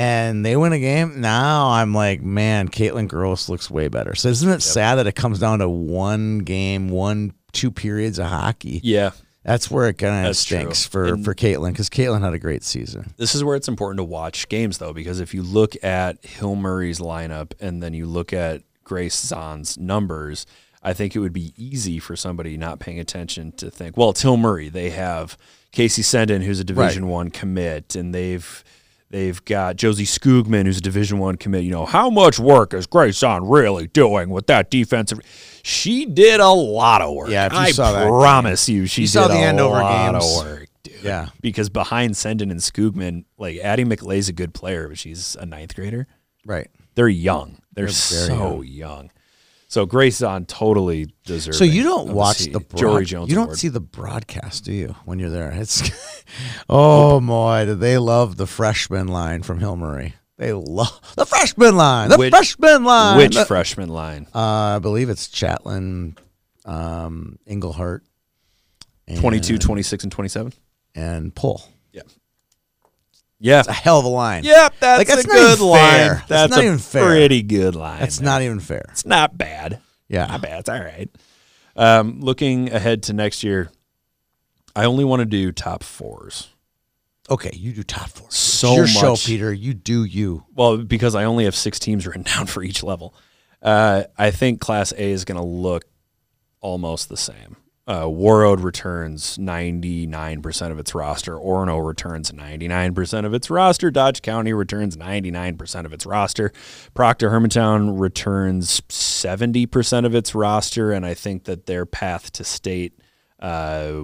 Speaker 2: and they win a game, now I'm like, man, Caitlin Gross looks way better. So isn't it sad that it comes down to one game, one two periods of hockey?
Speaker 3: Yeah,
Speaker 2: That's where it kind of
Speaker 3: That's
Speaker 2: stinks
Speaker 3: true.
Speaker 2: for
Speaker 3: And-
Speaker 2: for Caitlin because Caitlin had a great season.
Speaker 3: this is where it's important to watch games though, because if you look at Hill Murray's lineup and then you look at Grace Zahn's numbers, I I think it would be easy for somebody not paying attention to think, well, Till Murray, they have Casey Senden, who's a Division One commit, and they've they've got Josie Skoogman, who's a Division One commit. You know, how much work is Grayson really doing with that defensive? She did a lot of work.
Speaker 2: Yeah, if you
Speaker 3: I
Speaker 2: saw that game.
Speaker 3: promise you, she
Speaker 2: You saw
Speaker 3: did
Speaker 2: the
Speaker 3: a
Speaker 2: Andover
Speaker 3: lot
Speaker 2: games.
Speaker 3: of work, dude
Speaker 2: Yeah.
Speaker 3: because behind Senden and Skoogman, like Addie McLay's a good player, but she's a ninth grader.
Speaker 2: Right.
Speaker 3: They're young. They're, so young. So Grayson totally deserves.
Speaker 2: So you don't watch the broad,
Speaker 3: Jory Jones.
Speaker 2: You don't
Speaker 3: Award.
Speaker 2: see the broadcast, do you? When you're there, it's (laughs) oh boy, do they love the freshman line from Hill Murray? They love the freshman line. The
Speaker 3: Which-
Speaker 2: freshman line.
Speaker 3: which
Speaker 2: the-
Speaker 3: freshman line?
Speaker 2: uh, I believe it's Chatlin, um, Englehart, and,
Speaker 3: 22, 26, and 27?
Speaker 2: and Pull.
Speaker 3: Yeah. Yeah.
Speaker 2: It's a hell of a line.
Speaker 3: (laughs) Yep, that's,
Speaker 2: Like, that's
Speaker 3: a
Speaker 2: not even
Speaker 3: good
Speaker 2: fair.
Speaker 3: line.
Speaker 2: That's not
Speaker 3: a
Speaker 2: even fair.
Speaker 3: pretty good line.
Speaker 2: That's
Speaker 3: there.
Speaker 2: not even fair.
Speaker 3: It's not bad.
Speaker 2: Yeah.
Speaker 3: Not bad. It's all right. Um, looking ahead to next year, I only want to do top fours.
Speaker 2: Okay, you do top four.
Speaker 3: So
Speaker 2: it's your show,
Speaker 3: much.
Speaker 2: Peter. You do you.
Speaker 3: well, because I only have six teams written (laughs) down for each level, uh, I think Class A is going to look almost the same. Uh, Warroad returns 99% of its roster. Orono returns 99% of its roster. Dodge County returns 99% of its roster. Proctor Hermantown returns 70% of its roster. And I think that their path to state uh,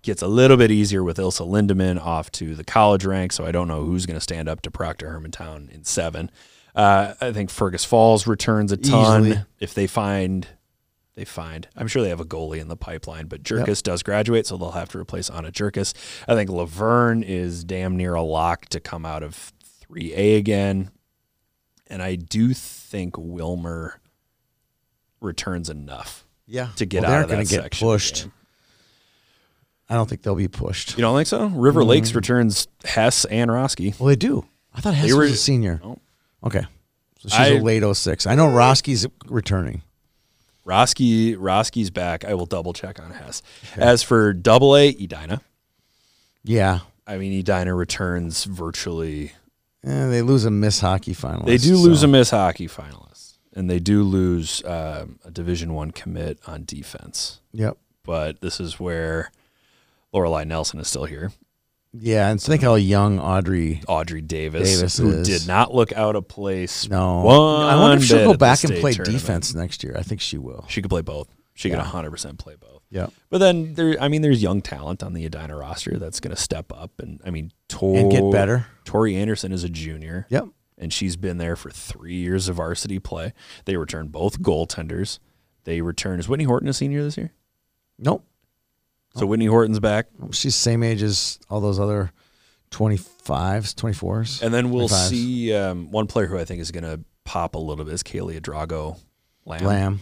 Speaker 3: gets a little bit easier with Ilsa Lindemann off to the college rank. So I don't know who's going to stand up to Proctor Hermantown in seven. Uh, I think Fergus Falls returns a ton
Speaker 2: Easily.
Speaker 3: if they find. They find. I'm sure they have a goalie in the pipeline, but Jerkis does graduate, so they'll have to replace Anna Jerkis. I think Laverne is damn near a lock to come out of 3A again. And I do think Wilmer returns enough
Speaker 2: Yeah.
Speaker 3: to get
Speaker 2: Well,
Speaker 3: out
Speaker 2: they're
Speaker 3: of that
Speaker 2: gonna get
Speaker 3: section
Speaker 2: pushed.
Speaker 3: game.
Speaker 2: I don't think they'll be pushed.
Speaker 3: You don't think so? River Lakes
Speaker 2: Mm-hmm.
Speaker 3: returns Hess and Roski.
Speaker 2: Well, they do. I thought Hess
Speaker 3: were-
Speaker 2: was a senior.
Speaker 3: No.
Speaker 2: Okay. So she's
Speaker 3: I-
Speaker 2: a late 06. I know Roski's returning.
Speaker 3: Roski Roski's back. I will double check on Hess. As for double A, Edina.
Speaker 2: Yeah.
Speaker 3: I mean Edina returns virtually
Speaker 2: Eh, they lose a miss hockey finalist.
Speaker 3: They do lose
Speaker 2: so-
Speaker 3: a Miss Hockey finalist, and they do lose um, a Division One commit on defense.
Speaker 2: Yep.
Speaker 3: But this is where Lorelei Nelson is still here.
Speaker 2: Yeah. And think how young Audrey.
Speaker 3: Audrey Davis,
Speaker 2: Davis
Speaker 3: who
Speaker 2: is.
Speaker 3: did not look out of place.
Speaker 2: No.
Speaker 3: one
Speaker 2: I wonder if she'll
Speaker 3: bit
Speaker 2: go
Speaker 3: at the
Speaker 2: back and
Speaker 3: state
Speaker 2: play
Speaker 3: tournament.
Speaker 2: defense next year. I think she will.
Speaker 3: She could play both. She could 100 percent play both.
Speaker 2: Yeah.
Speaker 3: But then there, I mean, there's young talent on the Edina roster that's going to step up, and I mean, Tor-
Speaker 2: And get better.
Speaker 3: Tori Anderson is a junior.
Speaker 2: Yep.
Speaker 3: and she's been there for three years of varsity play. They return both goaltenders. They return is Whitney Horton a senior this year?
Speaker 2: Nope. Oh.
Speaker 3: So Whitney Horton's back,
Speaker 2: She's same age as all those other 25s, 24s.
Speaker 3: and then we'll
Speaker 2: 25s.
Speaker 3: see um, one player who I think is going to pop a little bit is Kaylee Drago Lamb.
Speaker 2: Lamb.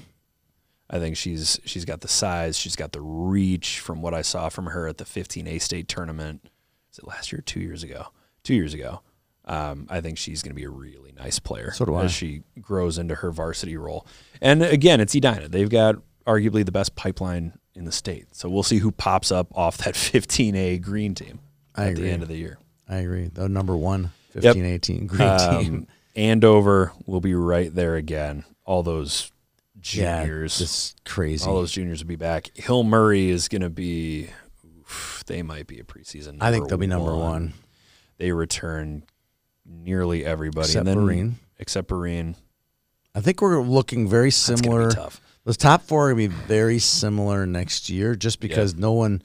Speaker 3: I think she's she's got the size, she's got the reach from what I saw from her at the 15A state tournament. Is it last year? or Two years ago? Two years ago. Um, I think she's going to be a really nice player
Speaker 2: So do I.
Speaker 3: as she grows into her varsity role. And again, it's Edina. They've got arguably the best pipeline in the state. So we'll see who pops up off that (laughs) 15A green team
Speaker 2: I
Speaker 3: at
Speaker 2: agree.
Speaker 3: the end of the year.
Speaker 2: I agree. The number one,
Speaker 3: Yep.
Speaker 2: 15, 18 green team.
Speaker 3: Um, Andover will be right there again. All those
Speaker 2: Yeah.
Speaker 3: juniors.
Speaker 2: It's crazy.
Speaker 3: All those juniors will be back. Hill Murray is going to be. oof, they might be a preseason.
Speaker 2: I think they'll be number one.
Speaker 3: They return nearly everybody,
Speaker 2: Except
Speaker 3: and then
Speaker 2: Berean.
Speaker 3: except Berean.
Speaker 2: I think we're looking very
Speaker 3: That's gonna be
Speaker 2: similar.
Speaker 3: tough.
Speaker 2: Those top four are going to be very similar next year, just because no one,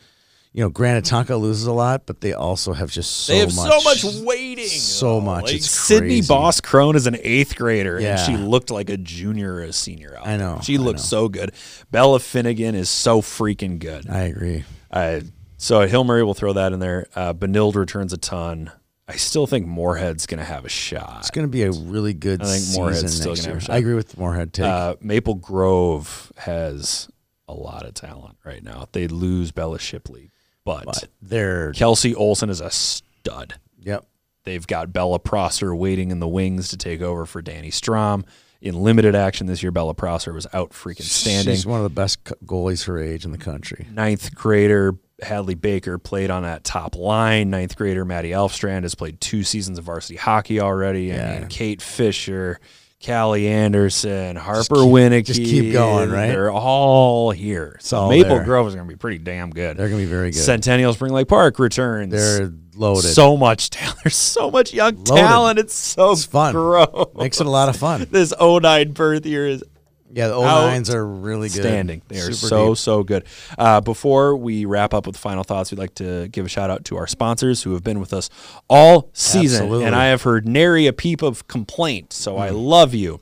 Speaker 2: you know, Granatonka loses a lot, but they also have just so
Speaker 3: they have
Speaker 2: much.
Speaker 3: so much waiting.
Speaker 2: so
Speaker 3: though.
Speaker 2: much.
Speaker 3: Like
Speaker 2: It's
Speaker 3: Sydney
Speaker 2: crazy.
Speaker 3: Boss Crone is an eighth grader, and
Speaker 2: Yeah.
Speaker 3: she looked like a junior or a senior. Out
Speaker 2: I know,
Speaker 3: There. She
Speaker 2: I
Speaker 3: looked
Speaker 2: know.
Speaker 3: so good. Bella Finnegan is so freaking
Speaker 2: (laughs)
Speaker 3: good.
Speaker 2: I agree.
Speaker 3: Uh, so Hill Murray will throw that in there. Uh, Benild returns a ton. I still think Moorhead's going to have a shot.
Speaker 2: It's going to be a really good
Speaker 3: I think
Speaker 2: season
Speaker 3: Moorhead's
Speaker 2: next
Speaker 3: still gonna
Speaker 2: year.
Speaker 3: have a shot.
Speaker 2: I agree with the Moorhead take.
Speaker 3: Uh, Maple Grove has a lot of talent right now. They lose Bella Shipley, but,
Speaker 2: but they're
Speaker 3: Kelsey Olson is a stud.
Speaker 2: yep.
Speaker 3: They've got Bella Prosser waiting in the wings to take over for Danny Strom. In limited action this year, Bella Prosser was out freaking standing.
Speaker 2: She's one of the best co- goalies her age in the country.
Speaker 3: ninth grader Hadley Baker played on that top line. Ninth grader Maddie Elfstrand has played two seasons of varsity hockey already. I mean, Kate Fisher, Callie Anderson, Harper
Speaker 2: keep-
Speaker 3: Winnicky.
Speaker 2: just keep going, right?
Speaker 3: They're all here. So
Speaker 2: all
Speaker 3: Maple
Speaker 2: there.
Speaker 3: Grove is going to be pretty damn good.
Speaker 2: They're gonna be very good.
Speaker 3: Centennial Spring Lake Park returns.
Speaker 2: They're loaded.
Speaker 3: so much talent. (laughs) There's so much young
Speaker 2: Loaded.
Speaker 3: talent. It's so
Speaker 2: It's fun.
Speaker 3: gross.
Speaker 2: Makes it a lot of fun.
Speaker 3: this 09 birth year is
Speaker 2: Yeah, the 09s are really good.
Speaker 3: Standing. They are
Speaker 2: Super
Speaker 3: so,
Speaker 2: deep.
Speaker 3: so good. Uh, before we wrap up with final thoughts, we'd like to give a shout out to our sponsors who have been with us all season.
Speaker 2: Absolutely. Hmm.
Speaker 3: And I have heard nary a peep of complaint. So I love you.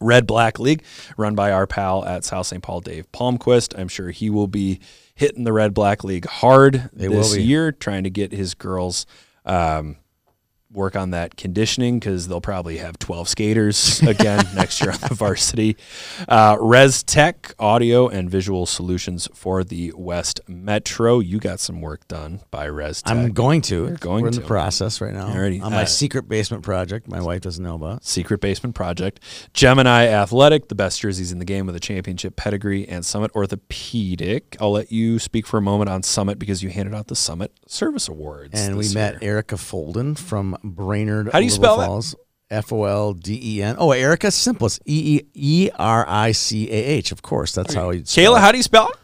Speaker 3: Red Black League, run by our pal at South St. Paul, Dave Palmquist. I'm sure he will be hitting the Red Black League hard
Speaker 2: will
Speaker 3: this
Speaker 2: be.
Speaker 3: year, trying to get his girls. Um, work on that conditioning because they'll probably have 12 skaters (laughs) again
Speaker 2: (laughs)
Speaker 3: next year on the varsity. Uh, Res Tech audio and visual solutions for the West Metro. You got some work done by Res Tech.
Speaker 2: I'm going to.
Speaker 3: going
Speaker 2: We're in
Speaker 3: to.
Speaker 2: the process right now.
Speaker 3: Alrighty.
Speaker 2: On my
Speaker 3: Uh,
Speaker 2: secret basement project, my wife doesn't know about.
Speaker 3: Secret Basement Project, Gemini Athletic, the best jerseys in the game with a championship pedigree, and Summit Orthopedic. I'll let you speak for a moment on Summit because you handed out the Summit Service Awards.
Speaker 2: And we
Speaker 3: this
Speaker 2: met
Speaker 3: year.
Speaker 2: Erica Folden from Brainerd.
Speaker 3: How do you
Speaker 2: Little
Speaker 3: spell that?
Speaker 2: Falls. F O L D E N. Oh, Erica, simplest. E E R I C A H. Of course, that's how you.
Speaker 3: Kayla, how do you spell it?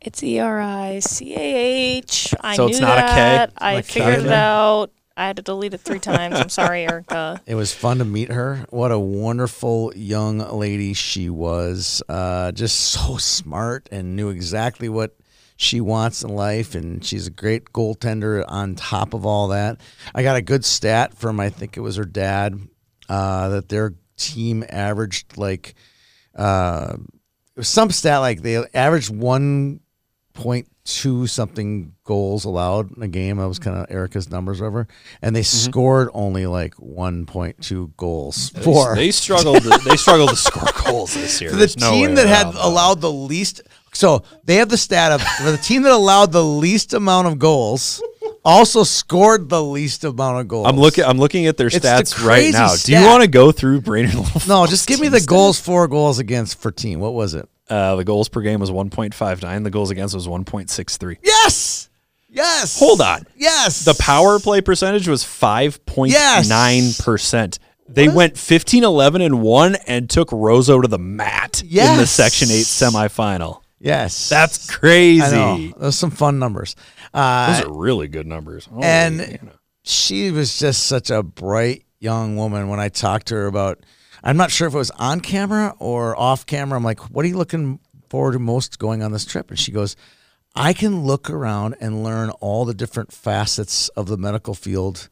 Speaker 1: It's E R I C A H. I
Speaker 3: So
Speaker 1: knew
Speaker 3: it's not a K?
Speaker 1: that. I
Speaker 2: Not a K
Speaker 1: figured it
Speaker 2: there?
Speaker 1: out. I had to delete it three times. I'm sorry, Erica.
Speaker 2: It was fun to meet her. What a wonderful young lady she was. Uh, just so smart and knew exactly what she wants in life. And she's a great goaltender on top of all that. I got a good stat from, I think it was her dad, uh, that their team averaged like uh, it was some stat like they averaged one point two something goals allowed in a game. That was kind of Erica's numbers, whatever. And they scored only like one point two goals (laughs) for
Speaker 3: Mm-hmm. They struggled. To, they struggled to (laughs) score
Speaker 2: (laughs)
Speaker 3: goals this year.
Speaker 2: for the
Speaker 3: There's no
Speaker 2: team
Speaker 3: way
Speaker 2: that had
Speaker 3: around
Speaker 2: allowed the least. So they have the stat of for the team that allowed the least amount of goals also scored the least amount of goals.
Speaker 3: I'm looking. I'm looking at their
Speaker 2: It's the
Speaker 3: stats right
Speaker 2: crazy
Speaker 3: now. Do you
Speaker 2: stat.
Speaker 3: want to go through Brainerd? (laughs) Little
Speaker 2: No,
Speaker 3: Falls
Speaker 2: just give me
Speaker 3: team (laughs)
Speaker 2: the
Speaker 3: stats?
Speaker 2: goals for goals against for team. What was it?
Speaker 3: Uh, the goals per game was 1.59. The goals against was 1.63.
Speaker 2: Yes. Yes.
Speaker 3: Hold on.
Speaker 2: Yes.
Speaker 3: The power play percentage was 5.9 percent. They went 15, 11, and one, and took Rozo to the mat in the
Speaker 2: Yes.
Speaker 3: Section Eight semifinal.
Speaker 2: Yes.
Speaker 3: That's crazy.
Speaker 2: I know. Those some fun numbers. Uh,
Speaker 3: Those are really good numbers. Holy
Speaker 2: and
Speaker 3: Hannah.
Speaker 2: she was just such a bright young woman when I talked to her about I'm not sure if it was on camera or off camera. I'm like, what are you looking forward to most going on this trip? And she goes, I can look around and learn all the different facets of the medical field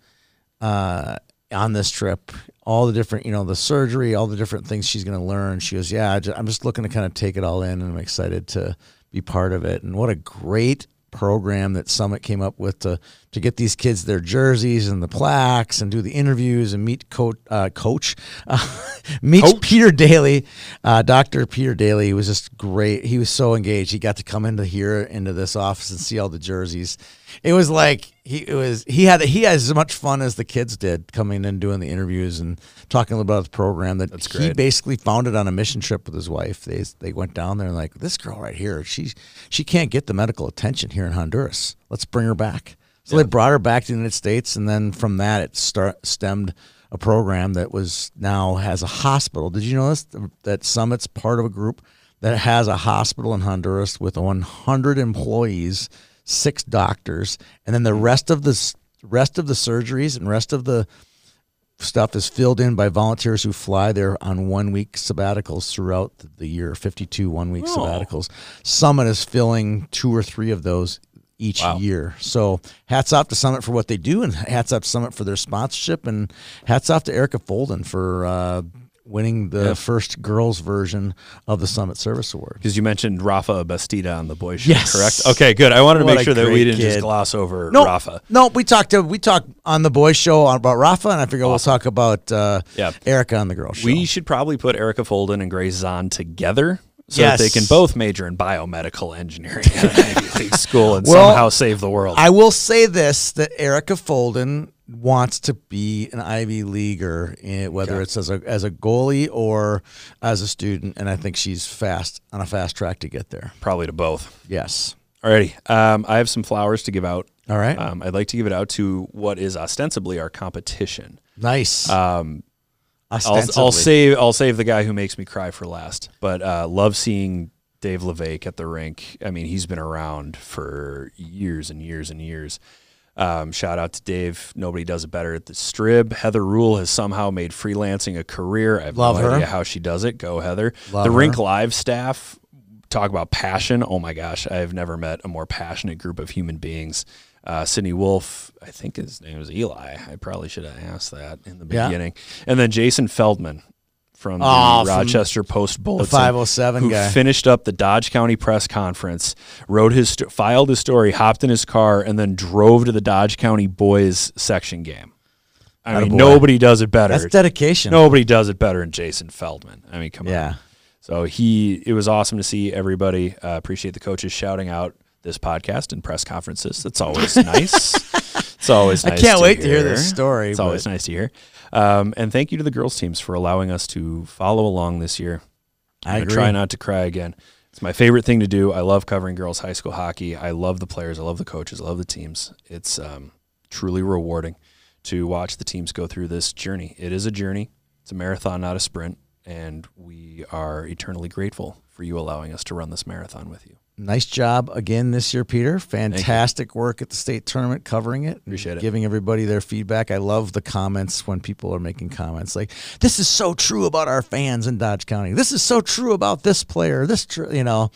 Speaker 2: uh, on this trip, all the different, you know, the surgery, all the different things she's going to learn. She goes, Yeah, I ju- I'm just looking to kind of take it all in and I'm excited to be part of it. And what a great program that Summit came up with to, to get these kids their jerseys and the plaques and do the interviews and meet coach, uh, coach, (laughs) uh, meet Peter Daly, uh, Dr. Peter Daly was just great. He was so engaged. He got to come into here into this office and see all the jerseys. It was like he it was he had he had as much fun as the kids did coming and doing the interviews and talking a little bit about the program that That's he
Speaker 3: great.
Speaker 2: basically founded on a mission trip with his wife. They they went down there and like this girl right here, she she can't get the medical attention here in Honduras. Let's bring her back. So they brought her back to the United States, and then from that it start, stemmed a program that was now has a hospital. Did you know this? That Summit's part of a group that has a hospital in Honduras with 100 employees, six doctors, and then the rest of the s- rest of the surgeries and rest of the stuff is filled in by volunteers who fly there on one week sabbaticals throughout the year 52 one week sabbaticals summit is filling two or three of those each year so hats off to summit for what they do and hats off to summit for their sponsorship and hats off to erica folden for uh, winning the first girls version of the summit service award
Speaker 3: Because you mentioned Rafa Bastida on the boy show,
Speaker 2: Yes.
Speaker 3: correct? Okay, good. I wanted to
Speaker 2: What
Speaker 3: make
Speaker 2: a
Speaker 3: sure that we
Speaker 2: great
Speaker 3: didn't just
Speaker 2: kid.
Speaker 3: gloss over
Speaker 2: no,
Speaker 3: Rafa.
Speaker 2: No, we talked to we talked on the boys show about Rafa, and I figure we'll talk about uh,
Speaker 3: Yeah.
Speaker 2: Erica on the girls show.
Speaker 3: We should probably put Erica Folden and Grace Zahn together so that they
Speaker 2: Yes.
Speaker 3: can both major in biomedical engineering at an
Speaker 2: (laughs)
Speaker 3: Ivy League school and
Speaker 2: Well,
Speaker 3: somehow save the world.
Speaker 2: I will say this: that Erica Folden wants to be an Ivy leaguer, eh, whether it's as a as a goalie or as a student, and I think she's fast on a fast track to get there.
Speaker 3: probably to both.
Speaker 2: Yes.
Speaker 3: Alrighty. Um, I have some flowers to give out.
Speaker 2: All right.
Speaker 3: Um, I'd like to give it out to what is ostensibly our competition.
Speaker 2: nice.
Speaker 3: Um, I'll,
Speaker 2: Ostensibly.
Speaker 3: I'll save I'll save the guy who makes me cry for last. But uh, love seeing Dave LeVake at the rink. I mean, he's been around for years and years and years. Um, shout out to Dave. Nobody does it better at the Strib. Heather Rule has somehow made freelancing a career. I have
Speaker 2: Love
Speaker 3: no
Speaker 2: her.
Speaker 3: idea how she does it. Go Heather.
Speaker 2: Love
Speaker 3: the
Speaker 2: her.
Speaker 3: Rink Live staff talk about passion. Oh my gosh, I have never met a more passionate group of human beings. Uh, Sidney Wolf, I think his name is Eli. I probably should have asked that in the
Speaker 2: Yeah.
Speaker 3: beginning. And then Jason Feldman from the
Speaker 2: Oh, from
Speaker 3: Rochester Post Bulletin,
Speaker 2: 507
Speaker 3: who
Speaker 2: guy.
Speaker 3: finished up the Dodge County press conference, wrote his sto- filed his story, hopped in his car, and then drove to the Dodge County boys section game. I mean,
Speaker 2: Attaboy.
Speaker 3: nobody does it better.
Speaker 2: That's dedication.
Speaker 3: Nobody does it better than Jason Feldman. I mean, come on.
Speaker 2: Yeah.
Speaker 3: So he, it was awesome to see everybody. Uh, appreciate the coaches shouting out this podcast and press conferences.
Speaker 2: (laughs)
Speaker 3: That's always nice. It's always.
Speaker 2: I
Speaker 3: Nice
Speaker 2: can't
Speaker 3: to
Speaker 2: wait to
Speaker 3: hear
Speaker 2: hear this story,
Speaker 3: It's always
Speaker 2: but-
Speaker 3: nice to hear. Um, and thank you to the girls teams for allowing us to follow along this year.
Speaker 2: I
Speaker 3: I'm gonna
Speaker 2: agree.
Speaker 3: try not to cry again. It's my favorite thing to do. I love covering girls high school hockey. I love the players. I love the coaches. I love the teams. It's um, truly rewarding to watch the teams go through this journey. It is a journey. It's a marathon, not a sprint. And we are eternally grateful for you allowing us to run this marathon with you.
Speaker 2: Nice job again this year, Peter. Fantastic work at the state tournament covering it. and
Speaker 3: Appreciate it.
Speaker 2: Giving everybody their feedback. I love the comments when people are making comments like, this is so true about our fans in Dodge County. This is so true about this player. This, tr-, you know,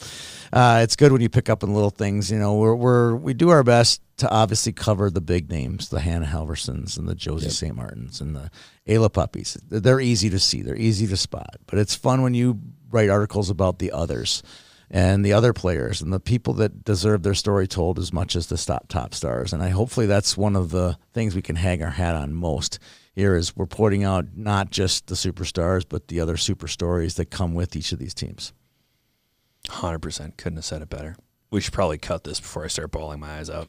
Speaker 2: uh, it's good when you pick up on little things. You know, we're, we're, we do our best to obviously cover the big names, the Hannah Halversons and the Josie St. Martins and the Ayla Puppies. They're- They're easy to see, they're easy to spot, but it's fun when you write articles about the others and the other players and the people that deserve their story told as much as the top top stars. And I hopefully that's one of the things we can hang our hat on most here is we're pointing out not just the superstars but the other super stories that come with each of these teams.
Speaker 3: 100%. Couldn't have said it better. We should probably cut this before I start bawling my eyes out.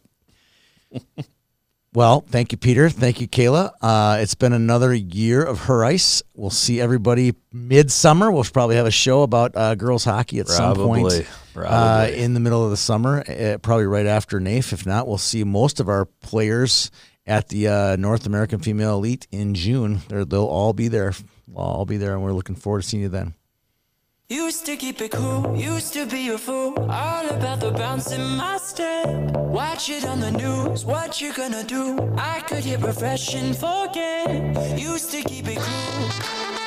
Speaker 2: Well, thank you, Peter. Thank you, Kayla. Uh, it's been another year of her ice. We'll see everybody midsummer. We'll probably have a show about uh, girls hockey at some
Speaker 3: Probably.
Speaker 2: point uh,
Speaker 3: Probably.
Speaker 2: in the middle of the summer, uh, probably right after NAIF. If not, we'll see most of our players at the uh, North American Female Elite in June. They're, they'll all be there. We'll all be there, and we're looking forward to seeing you then.
Speaker 5: Used to keep it cool, used to be a fool. All about the bounce in my step. Watch it on the news, what you gonna do? I could hit refresh and forget. Used to keep it cool.